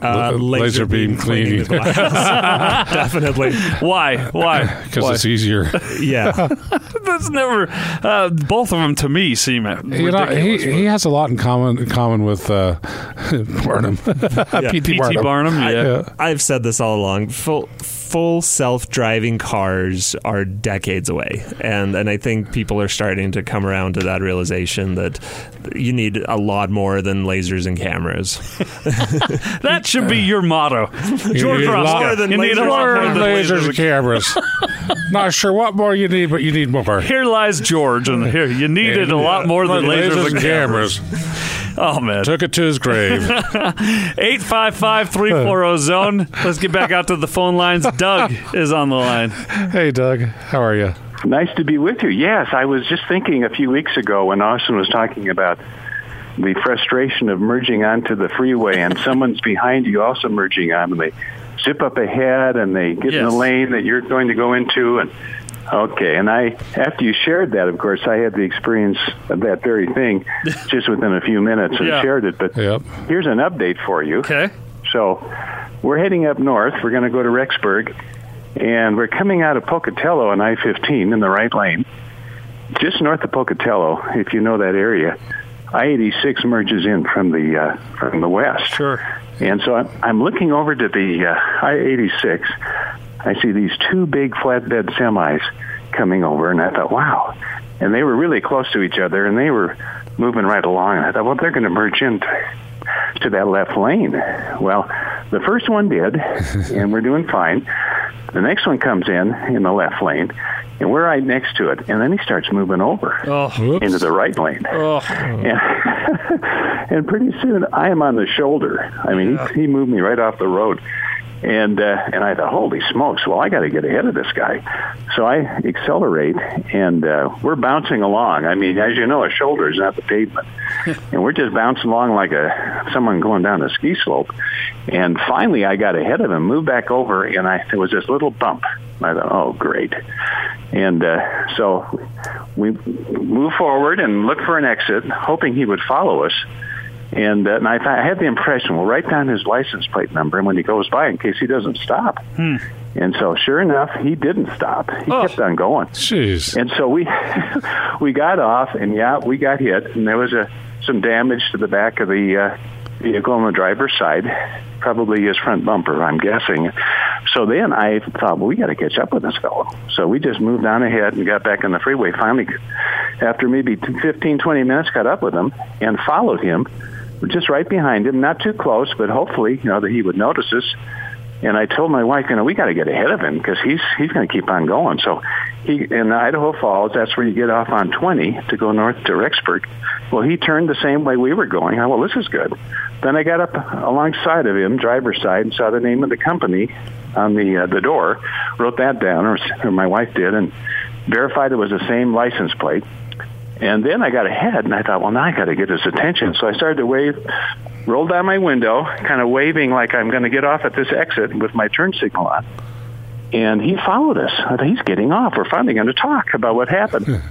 D: Uh,
C: L- laser beam
D: the glass. Definitely.
B: Why? Why?
C: Because it's easier.
D: Yeah.
B: That's never. Uh, both of them to me seem
C: You know, he,
B: ridiculous.
C: he has a lot in common in common with uh, Barnum. P.T.
B: P.T.
C: Barnum.
B: Barnum, yeah.
D: I've said this all along. Full full self-driving cars are decades away. And and I think people are starting to come around to that realization that you need a lot more than lasers and cameras.
B: That should be your motto. George
C: need a lot
B: Ross,
D: than
B: you need a
D: laser-
B: lot
C: More
B: more than
C: lasers
B: laser.
C: and cameras. Not sure what more you need, but you need more.
B: Here lies George, and here you needed a lot more than lasers and cameras. Oh man!
C: Took it to his grave.
B: 855 340 zone. Let's get back out to the phone lines. Doug is on the line.
C: hey, Doug, how are you?
I: Nice to be with you. Yes, I was just thinking a few weeks ago when Austin was talking about the frustration of merging onto the freeway and someone's behind you also merging on and they zip up ahead and they get in
B: Yes.
I: the lane that you're going to go into and okay and I after you shared that of course I had the experience of that very thing just within a few minutes and
B: Yeah.
I: shared it but
C: Yep.
I: here's an update for you.
B: Okay.
I: So we're heading up north. We're going to go to Rexburg, and we're coming out of Pocatello on I-15 in the right lane. Just north of Pocatello, if you know that area, I-86 merges in from the uh, from the west.
B: Sure.
I: And so I'm, I'm looking over to the uh, I-86. I see these two big flatbed semis coming over, and I thought, wow. And they were really close to each other, and they were moving right along. And I thought, well, they're going to merge in to, to that left lane. Well, the first one did, and we're doing fine. The next one comes in in the left lane, and we're right next to it. And then he starts moving over
B: Oh,
I: into the right lane. And, and pretty soon I am on the shoulder. I mean, he, he moved me right off the road. And uh, and I thought, holy smokes! Well, I got to get ahead of this guy, so I accelerate, and uh, we're bouncing along. I mean, as you know, a shoulder is not the pavement, and we're just bouncing along like a someone going down a ski slope. And finally, I got ahead of him, moved back over, and I there was this little bump. I thought, oh, great! And uh, so we move forward and look for an exit, hoping he would follow us. And, uh, and I, thought, I had the impression, we'll write down his license plate number and when he goes by in case he doesn't stop. And so, sure enough, he didn't stop. He
B: Oh.
I: kept on going.
C: Jeez.
I: And so we we got off, and yeah, we got hit, and there was a some damage to the back of the uh, vehicle on the driver's side, probably his front bumper, I'm guessing. So then I thought, well, we got to catch up with this fellow. So we just moved on ahead and got back on the freeway. Finally, after maybe 15, 20 minutes, got up with him and followed him, just right behind him, not too close, but hopefully, you know, that he would notice us. And I told my wife, you know, we got to get ahead of him because he's he's going to keep on going. So he in Idaho Falls, that's where you get off on 20 to go north to Rexburg. Well, he turned the same way we were going. I, well, this is good. Then I got up alongside of him, driver's side, and saw the name of the company on the uh, the door. Wrote that down, or, or my wife did, and verified it was the same license plate. And then I got ahead, and I thought, well, now I got to get his attention. So I started to wave, rolled down my window, kind of waving like I'm going to get off at this exit with my turn signal on. And he followed us. I thought, he's getting off. We're finally going to talk about what happened.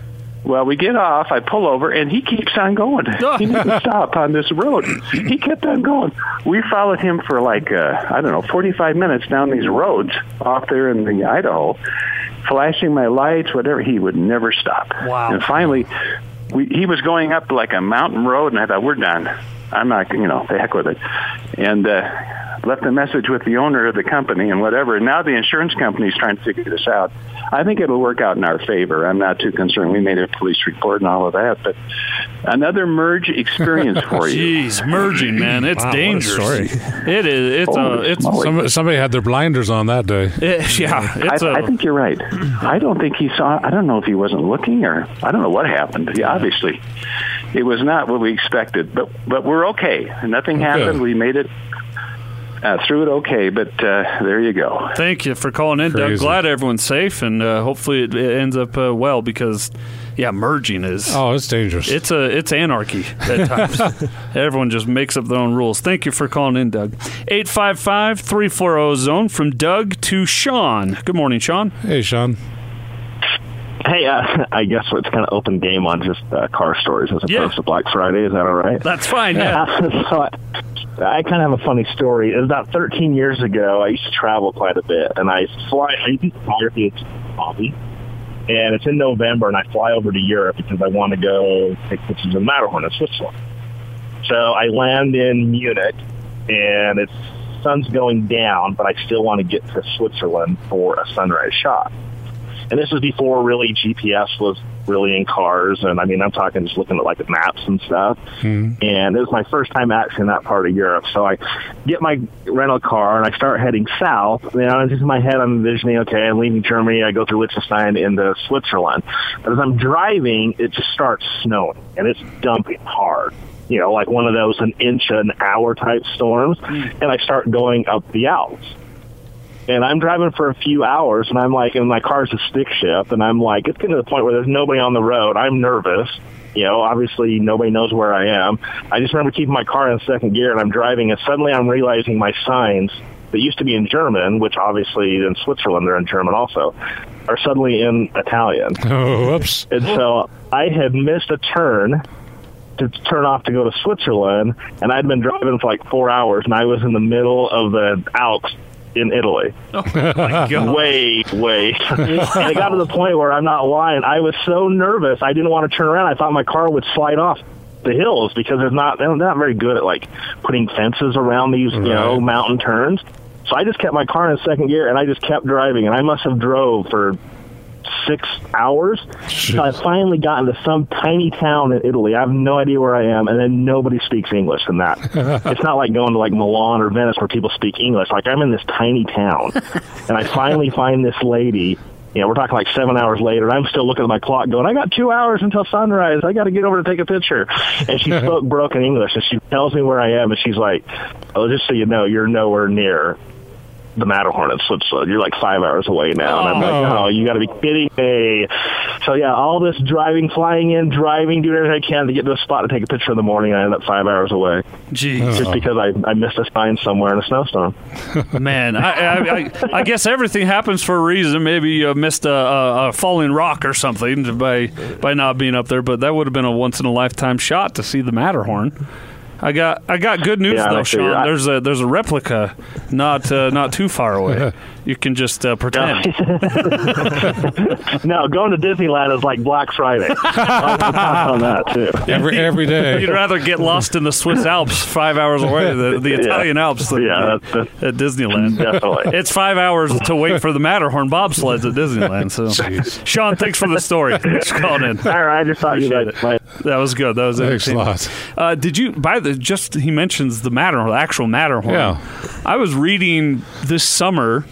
I: Well, we get off. I pull over, and he keeps on going. He didn't stop on this road. He kept on going. We followed him for like uh, I don't know, forty-five minutes down these roads off there in the Idaho, flashing my lights, whatever. He would never stop.
B: Wow.
I: And finally, we, he was going up like a mountain road, and I thought, we're done. I'm not, you know, the heck with it. And uh, left a message with the owner of the company and whatever. Now the insurance company's trying to figure this out. I think it'll work out in our favor. I'm not too concerned. We made a police report and all of that, but another merge experience for you.
B: jeez, merging, man, it's
D: Wow, what a
B: dangerous.
D: story.
B: It is. It's a.
I: Holy
B: It's.
I: smoly.
C: Some, somebody had their blinders on that day.
B: it- yeah,
I: I,
B: it's a.
I: I think you're right. I don't think he saw. I don't know if he wasn't looking or I don't know what happened. Yeah, obviously, it was not what we expected. But but we're okay. Nothing happened. We made it uh, through it okay. But uh, there you go.
B: Thank you for calling in, Doug.
C: Crazy.
B: Glad everyone's safe, and uh, hopefully it, it ends up uh, well because, yeah, merging is.
C: Oh, it's dangerous.
B: It's a it's anarchy at times. Everyone just makes up their own rules. Thank you for calling in, Doug. 855-340 zone from Doug to Sean. Good morning, Sean.
C: hey, Sean.
J: Hey, uh, I guess it's kind of open game on just uh, car stories as opposed
B: Yeah.
J: to Black Friday. Is that all right?
B: That's fine. Yeah.
J: so I, I kind of have a funny story. It was about 13 years ago. I used to travel quite a bit, and I fly. I do photography as a hobby, and it's in November, and I fly over to Europe because I want to go take pictures of the Matterhorn in Switzerland. So I land in Munich, and it's sun's going down, but I still want to get to Switzerland for a sunrise shot. And this is before really GPS was really in cars, and I mean I'm talking just looking at like the maps and stuff and it was my first time actually in that part of Europe. So I get my rental car and I start heading south. You know, just in my head, I'm envisioning, okay, I'm leaving Germany. I go through Liechtenstein into Switzerland. But as I'm driving, it just starts snowing and it's dumping hard. You know, like one of those an inch an hour type storms. And I start going up the Alps and I'm driving for a few hours, and I'm like, and my car's a stick shift, and I'm like, it's getting to the point where there's nobody on the road. I'm nervous. You know, obviously nobody knows where I am. I just remember keeping my car in second gear, and I'm driving, and suddenly I'm realizing my signs that used to be in German, which obviously in Switzerland they're in German also, are suddenly in Italian.
C: Oh, whoops.
J: And so I had missed a turn to turn off to go to Switzerland, and I'd been driving for like four hours, and I was in the middle of the Alps in Italy way, way. and it got to the point where I'm not lying. I was so nervous. I didn't want to turn around. I thought my car would slide off the hills because they're not they're not very good at like putting fences around these you know
C: Right.
J: mountain turns. So I just kept my car in second gear and I just kept driving. And I must have drove for six hours. So I finally got into some tiny town in Italy. I have no idea where I am, and then nobody speaks English in that. it's not like going to like Milan or Venice where people speak English. Like I'm in this tiny town, and I finally find this lady. You know, we're talking like seven hours later, and I'm still looking at my clock, going, "I got two hours until sunrise. I got to get over to take a picture." And she spoke broken English, and she tells me where I am, and she's like, "Oh, just so you know, you're nowhere near the Matterhorn in Switzerland. You're like five hours away now. And I'm like, oh, you got to be kidding me. So, yeah, all this driving, flying in, driving, doing everything I can to get to a spot to take a picture in the morning. I end up five hours away
B: Jeez,
J: just because I, I missed a sign somewhere in a snowstorm.
B: man. I, I, I, I guess everything happens for a reason. Maybe you missed a, a, a falling rock or something by by not being up there. But that would have been a once in a lifetime shot to see the Matterhorn. I got I got good news
J: Yeah, I
B: though,
J: figured
B: Sean.
J: I-
B: There's a there's a replica, not uh, not too far away. You can just uh, pretend.
J: no, going to Disneyland is like Black Friday. I'll pass on that, too.
C: Every every day.
B: You'd rather get lost in the Swiss Alps five hours away, the, the Italian Alps, than uh,
J: Yeah, that's, that's
B: at Disneyland.
J: definitely.
B: It's five hours to wait for the Matterhorn bobsleds at Disneyland. So, Sean, thanks for the story. Thanks for calling in.
J: All right, I just thought you
B: Appreciate
J: might. might-
B: That was good. That was
C: Thanks a
B: entertaining.
C: lot.
B: Uh, did you by the just he mentions the Matterhorn, the actual Matterhorn?
C: Yeah.
B: I was reading this summer.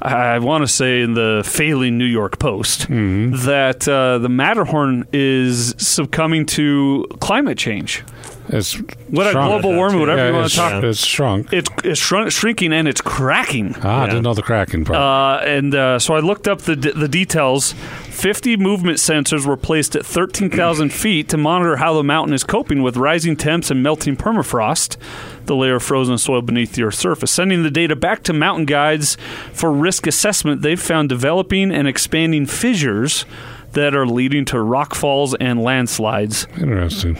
B: I want to say in the failing New York Post
C: Mm-hmm.
B: that uh, the Matterhorn is succumbing to climate change.
C: It's
B: What
C: shrunk.
B: global warming, whatever
C: Yeah,
B: you want
C: it's,
B: to talk.
C: It's shrunk.
B: It's, it's shrunk, shrinking and it's cracking.
C: ah, I didn't know the cracking part.
B: Uh, and uh, so I looked up the, the details. 50 movement sensors were placed at 13,000 feet to monitor how the mountain is coping with rising temps and melting permafrost, the layer of frozen soil beneath the Earth's surface. Sending the data back to mountain guides for risk assessment, they've found developing and expanding fissures that are leading to rock falls and landslides.
C: Interesting.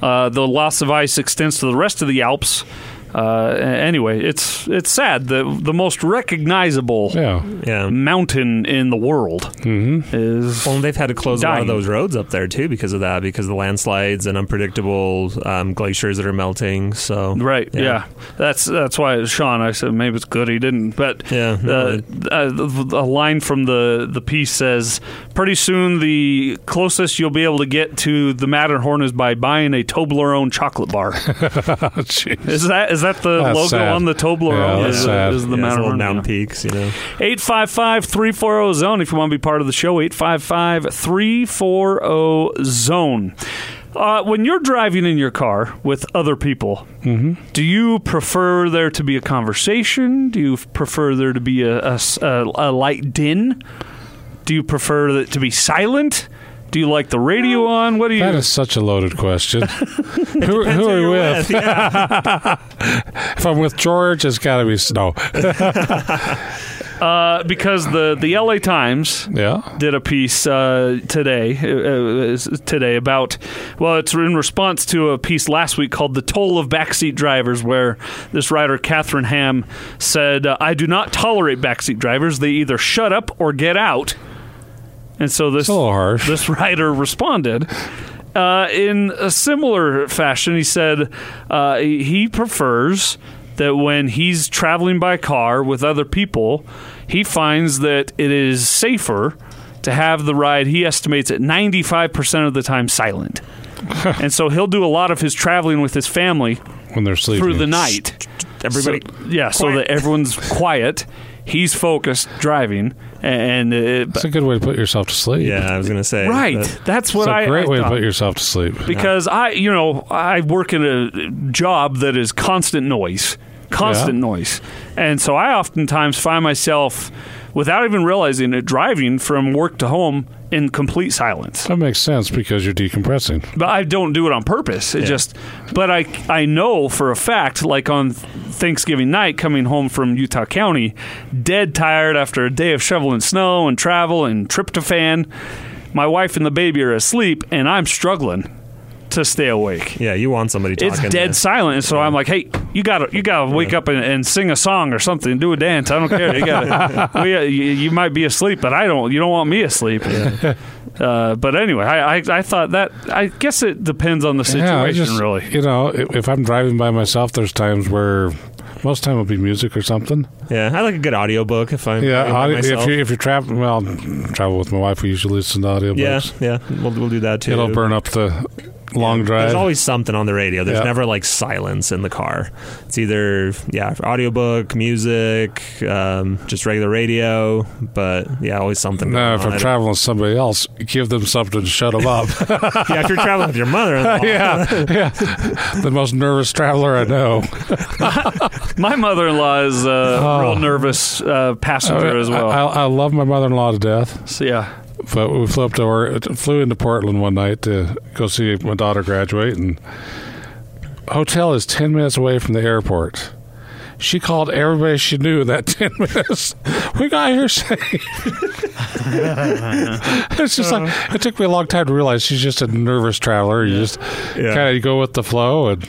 B: Uh, the loss of ice extends to the rest of the Alps. Uh, a- anyway, it's it's sad. The the most recognizable
C: Yeah.
D: Yeah. Oh.
B: mountain in the world is
D: Well, and they've had to close a lot
B: Dying.
D: of those roads up there too because of that, because of the landslides and unpredictable um, glaciers that are melting. So
B: right. Yeah. that's that's why Sean. I said maybe it's good he didn't. But
D: Yeah,
B: uh,
D: no,
B: uh, the- a line from the the piece says, "Pretty soon, the closest you'll be able to get to the Matterhorn is by buying a Toblerone chocolate bar."
C: Jeez.
B: is that is that the
C: That's
B: logo
C: sad.
B: on the Toblerone?
C: Yeah, that's
B: is,
C: sad.
B: is
D: Yeah,
B: the
D: those little
B: Matterhorn?
D: mountain
B: Yeah.
D: peaks, you know.
B: 855 340 oh, Zone if you want to be part of the show. 855 340 oh, Zone. Uh, when you're driving in your car with other people, do you prefer there to be a conversation? Do you f- prefer there to be a, a s- a- a light din? Do you prefer it to be silent? Do you like the radio on? What do you?
C: That is such a loaded question. who, who are we with? if I'm with George, it's got to be no.
B: uh, because the the LA Times
C: Yeah.
B: did a piece uh, today uh, uh, today about well it's in response to a piece last week called the toll of backseat drivers where this writer Catherine Ham said uh, I do not tolerate backseat drivers they either shut up or get out and so this
C: It's a little harsh.
B: this writer responded uh, in a similar fashion. He said uh, he prefers that when he's traveling by car with other people, he finds that it is safer to have the ride, he estimates, at 95% of the time silent. and so he'll do a lot of his traveling with his family
C: when they're sleeping.
B: through the night.
D: Everybody,
B: So- yeah, so that everyone's quiet. He's focused driving, and and, uh,
C: It's a good way to put yourself to sleep.
D: yeah, I was gonna say
B: right.
D: that-
B: That's what
C: It's a
B: I
C: great
B: I
C: way to
B: thought.
C: put yourself to sleep.
B: because I, you know, I work in a job that is constant noise, constant
C: Yeah.
B: noise, and so I oftentimes find myself, without even realizing it, driving from work to home in complete silence.
C: That makes sense because you're decompressing.
B: But I don't do it on purpose. It just, but I, I know for a fact, like on Thanksgiving night, coming home from Utah County, dead tired after a day of shoveling snow and travel and tryptophan. My wife and the baby are asleep, and I'm struggling to stay awake
D: Yeah, you want somebody talking.
B: it's dead
D: to-
B: silent. And so I'm like, hey, you gotta you gotta wake up and, and sing a song or something, do a dance. I don't care. You gotta. we, uh, you, you might be asleep, but I don't. You don't want me asleep. Uh, but anyway, I, I I thought that I guess it depends on the situation,
C: yeah, I just,
B: really.
C: You know, if, if I'm driving by myself, there's times where Most time it'll be music or something.
D: Yeah, I like a good audiobook if I'm
C: Yeah,
D: by
C: audio, if
D: myself.
C: you if you're traveling, well, travel with my wife. We usually listen to audiobooks.
D: yeah, yeah, we'll, we'll do that too.
C: It'll burn up the long drive.
D: There's always something on the radio. There's
C: Yeah.
D: never like silence in the car. It's either yeah, audiobook, music, um, just regular radio, but yeah, always something.
C: no,
D: going
C: if
D: on. I
C: I'm
D: don't-
C: traveling with somebody else, give them something to shut them up.
D: yeah, if you're traveling with your mother-in-law,
C: yeah, yeah. The most nervous traveler I know.
B: My mother-in-law is a real nervous uh, passenger as well.
C: Oh. I, I, I love my mother-in-law to death,
B: so yeah,
C: but we flew up to or, flew into Portland one night to go see my daughter graduate, and hotel is ten minutes away from the airport. She called everybody she knew in that ten minutes. We got here safe. it's just
B: Uh-huh.
C: like it took me a long time to realize she's just a nervous traveler. You just
D: Yeah.
C: kind of go with the flow, and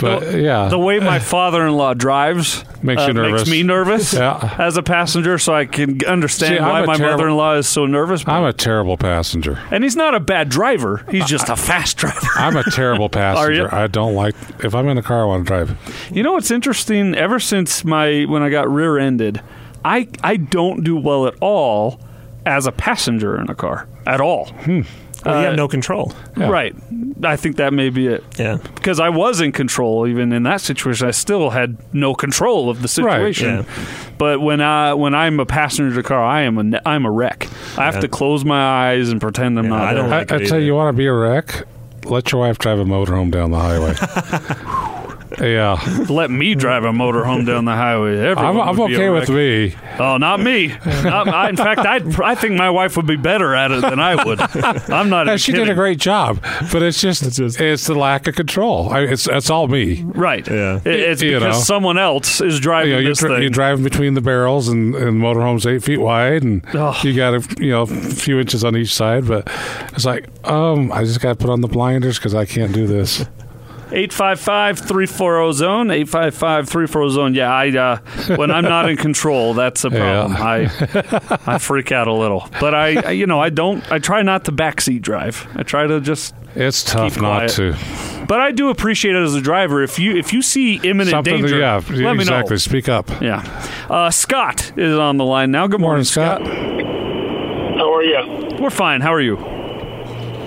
C: but yeah,
B: the way my father-in-law drives
C: Makes
B: uh,
C: you nervous.
B: Makes me nervous
C: Yeah.
B: as a passenger, so I can understand
C: See, I'm
B: why
C: a
B: my
C: terrible-
B: mother-in-law is so nervous.
C: I'm a terrible passenger.
B: and he's not a bad driver; he's just a fast driver.
C: I'm a terrible
B: you?
C: passenger. I don't like if I'm in a car I want to drive.
B: You know what's interesting? Ever since my when I got rear-ended, I I don't do well at all as a passenger in a car at all.
D: well,
B: Uh,
D: you have no control.
B: Right. I think that may be it.
D: Yeah,
B: Because I was in control even in that situation. I still had no control of the
C: Right,
B: situation.
D: yeah.
B: But when I when I'm a passenger in a car, I am a ne- I'm a wreck. I have to close my eyes and pretend I'm
D: Yeah,
B: not.
D: I don't
B: there.
C: I, I
D: like it
C: tell
D: either.
C: you, you want to be a wreck? Let your wife drive a motorhome down the highway. yeah,
B: Let me drive a motorhome down the highway. Everyone
C: I'm, I'm
B: would be a
C: okay
B: wreck.
C: with me.
B: Oh, not me. Not, I, in fact, I I think my wife would be better at it than I would. I'm not.
C: Yeah,
B: even
C: she
B: kidding.
C: did a great job, but it's just it's, the lack of control. I, it's that's all me.
B: Right.
D: Yeah.
B: It- it's
C: You
B: because
C: know.
B: someone else is driving
C: You know, you're,
B: this
C: dri-
B: thing.
C: you're driving between the barrels, and, and motorhome's eight feet wide, and
B: Ugh.
C: you got a you know a few inches on each side. But it's like, um, I just got to put on the blinders because I can't do this.
B: 855-340 zone 855-340 zone yeah i uh, when i'm not in control that's a problem i i freak out a little but I, I you know i don't i try not to backseat drive i try to just
C: It's tough
B: Keep quiet.
C: not to.
B: but i do appreciate it as a driver if you if you see imminent
C: Something,
B: danger
C: yeah,
B: let me
C: exactly.
B: know
C: Speak up.
B: yeah uh, scott is on the line now good morning,
C: Morning, Scott.
G: How are you?
B: we're fine how are you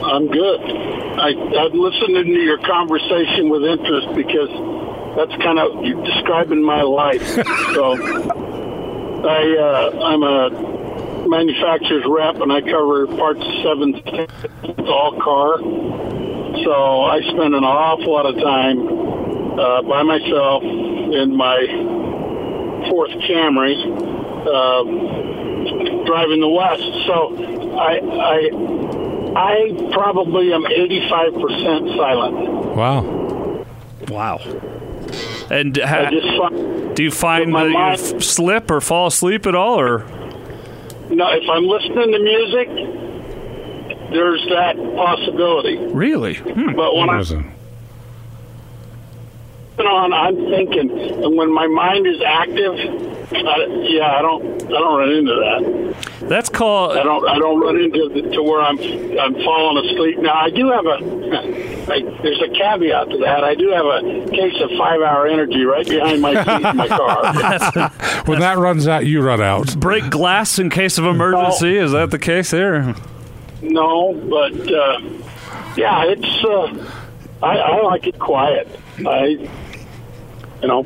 G: I'm good. I, I'm listening to your conversation with interest because that's kind of you're describing my life. so I, uh, I'm a manufacturer's rep and I cover parts seven states, it's all car. So I spend an awful lot of time uh, by myself in my fourth Camry. Um, driving the west. So I I I probably am 85% silent.
C: Wow.
B: wow and
G: I
B: ha-
G: just find,
B: do you find
G: my
B: that you
G: mind-
B: f- slip or fall asleep at all or
G: no, if I'm listening to music, there's that possibility.
B: really Hmm.
G: But when I'm
C: Amazing.
G: listening on, I'm thinking, and when my mind is active, I, yeah, I don't I don't run into that.
B: that's called
G: I don't I don't run into the, to where I'm I'm falling asleep. Now I do have a. I, there's a caveat to that. I do have a case of five-hour energy right behind my seat in my car.
C: When that runs out, you run out.
B: break glass in case of
G: Oh.
B: emergency. Is that the case there?
G: No, but uh, yeah, it's. Uh, I, I like it quiet. I, you know,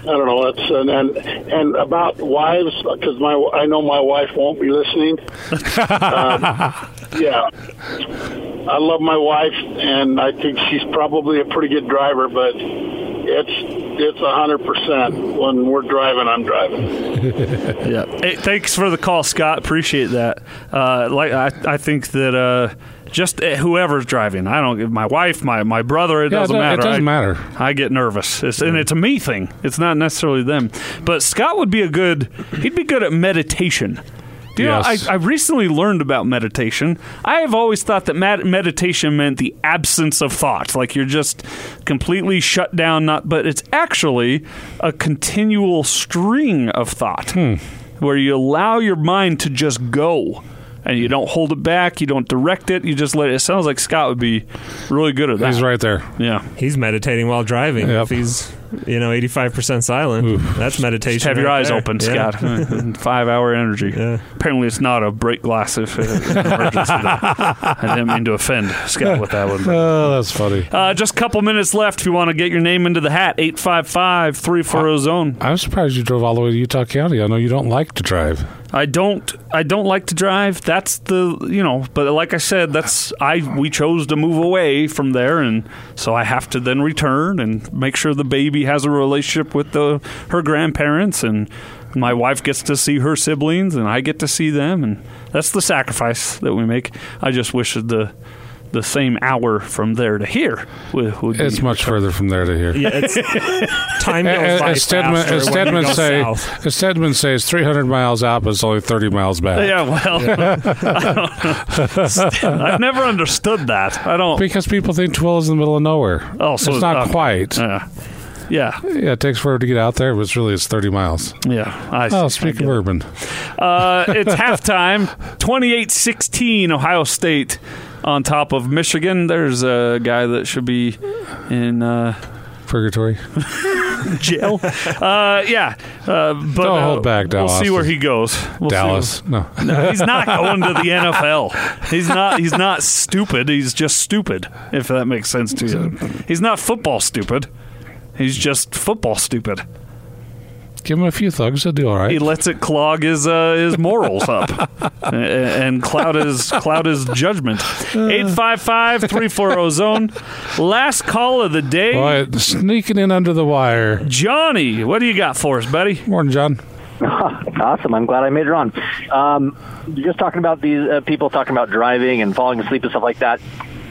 G: I don't know. That's and and, and about wives because my I know my wife won't be listening. um, yeah, I love my wife, and I think she's probably a pretty good driver, but it's it's a hundred percent when we're driving. I'm driving.
B: Yeah. thanks for the call, Scott. Appreciate that. Uh, like I, I think that uh, just eh, whoever's driving, I don't. My wife, my my brother, it
C: Yeah, it
B: doesn't
C: do- it
B: matter.
C: doesn't
B: I-
C: matter.
B: I get nervous, it's, and it's a me thing. It's not necessarily them. But Scott would be a good. He'd be good at meditation. Do you
C: Yes.
B: know, I, I recently learned about meditation. I have always thought that med- meditation meant the absence of thought, like you're just completely shut down. Not, but it's actually a continual string of thought,
C: Hmm.
B: where you allow your mind to just go, and you don't hold it back, you don't direct it, you just let it. It sounds like Scott would be really good at that.
C: He's right there.
B: Yeah.
D: he's meditating while driving.
C: Yep.
D: If he's you know, 85% silent. That's meditation.
B: Have your
D: right
B: eyes
D: there.
B: open,
D: Yeah.
B: Scott. Five hour energy.
D: Yeah.
B: Apparently, it's not a break glass if uh, it's an emergency. I didn't mean to offend Scott with that one. but-
C: Oh, that's funny.
B: Uh, just a couple minutes left if you want to get your name into the hat. 855 340 zone.
C: I'm surprised you drove all the way to Utah County. I know you don't like to drive.
B: I don't I don't like to drive. That's the you know, but like I said, that's I we chose to move away from there and so I have to then return and make sure the baby has a relationship with the her grandparents and my wife gets to see her siblings and I get to see them and that's the sacrifice that we make. I just wish that the the same hour from there to here would, would
C: It's
B: be
C: much further from there to here.
D: Yeah, it's, time goes
C: As,
D: by
C: as Stedman,
D: faster
C: as
D: when you
C: Stedman
D: go
C: say,
D: south.
C: as Stedman says, 300 miles out, but it's only 30 miles back.
B: Yeah, well, I don't know. I've never understood that. I don't.
C: Because people think Twill is in the middle of nowhere.
B: Oh, so
C: it's not
B: okay.
C: quite.
B: Yeah, yeah,
C: Yeah, it takes forever to get out there, but it's really it's 30 miles.
B: yeah. I
C: Oh,
B: see. I
C: speak
B: get
C: of
B: it.
C: urban.
B: Uh, it's halftime. 28-16, Ohio State on top of Michigan. There's a guy that should be in uh,
C: Purgatory.
B: jail. uh, yeah, uh, but
C: Don't
B: uh,
C: hold back,
B: We'll
C: Dallas.
B: see where he goes. We'll see
C: Dallas. No.
B: No, he's not going to the NFL. He's not. He's not stupid. He's just stupid. If that makes sense to you, he's not football stupid. He's just football stupid.
C: Give him a few thugs. He'll do all
B: He
C: right.
B: lets it clog his uh, his morals up a- and cloud his cloud his judgment. 855-340 zone. Last call of the day.
C: Boy, sneaking in under the wire.
B: Johnny, what do you got for us, buddy?
C: Morning, John.
I: Awesome. I'm glad I made it on. Um, you're just talking about these uh, people talking about driving and falling asleep and stuff like that.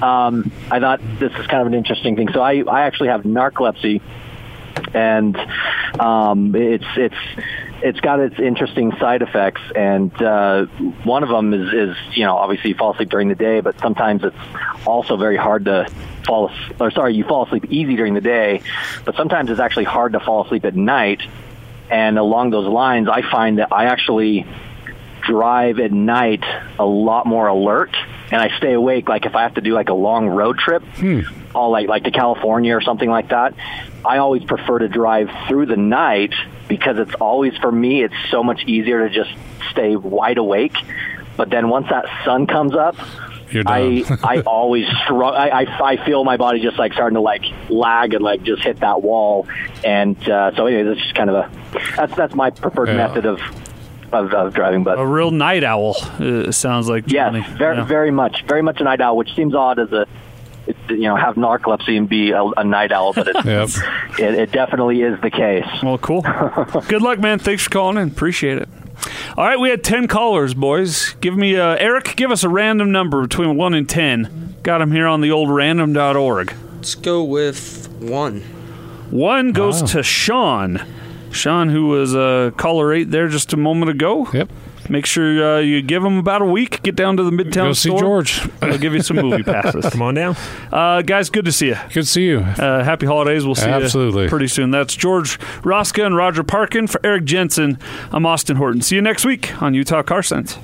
I: Um, I thought this is kind of an interesting thing. So I, I actually have narcolepsy, and um, it's it's it's got its interesting side effects. And uh, one of them is, is you know obviously you fall asleep during the day, but sometimes it's also very hard to fall as- or sorry you fall asleep easy during the day, but sometimes it's actually hard to fall asleep at night. And along those lines, I find that I actually drive at night a lot more alert and I stay awake like if I have to do like a long road trip all like like to California or something like that I always prefer to drive through the night because it's always for me it's so much easier to just stay wide awake but then once that sun comes up
C: You're
I: I
C: done.
I: I always struggle. I, I I feel my body just like starting to like lag and like just hit that wall. And uh, so, anyway, that's just kind of a that's that's my preferred
C: Yeah.
I: method of, of of driving.
B: A
I: But
B: real night owl uh, sounds like
I: yes,
B: Johnny.
I: very
B: Yeah.
I: very much, very much a night owl, which seems odd as a you know have narcolepsy and be a, a night owl, but it,
C: Yep.
I: it it definitely is the case.
B: Well, cool. Good luck, man. Thanks for calling in. Appreciate it. All right, we had 10 callers, boys. Give me, uh, Eric, give us a random number between 1 and 10. Got him here on the old random.org.
E: Let's go with one.
B: One goes to Sean. Sean, who was uh, caller 8 there just a moment ago.
C: Yep.
B: Make sure uh, you give him about a week. Get down to the Midtown
C: Go see
B: store.
C: George.
B: I'll give you some movie passes.
D: Come on down.
B: Uh, guys, good to see you.
C: Good to see you.
B: Uh, happy holidays. We'll see
C: Absolutely.
B: you pretty soon. That's George Roska and Roger Parkin. For Eric Jensen, I'm Austin Horton. See you next week on Utah Car Sense.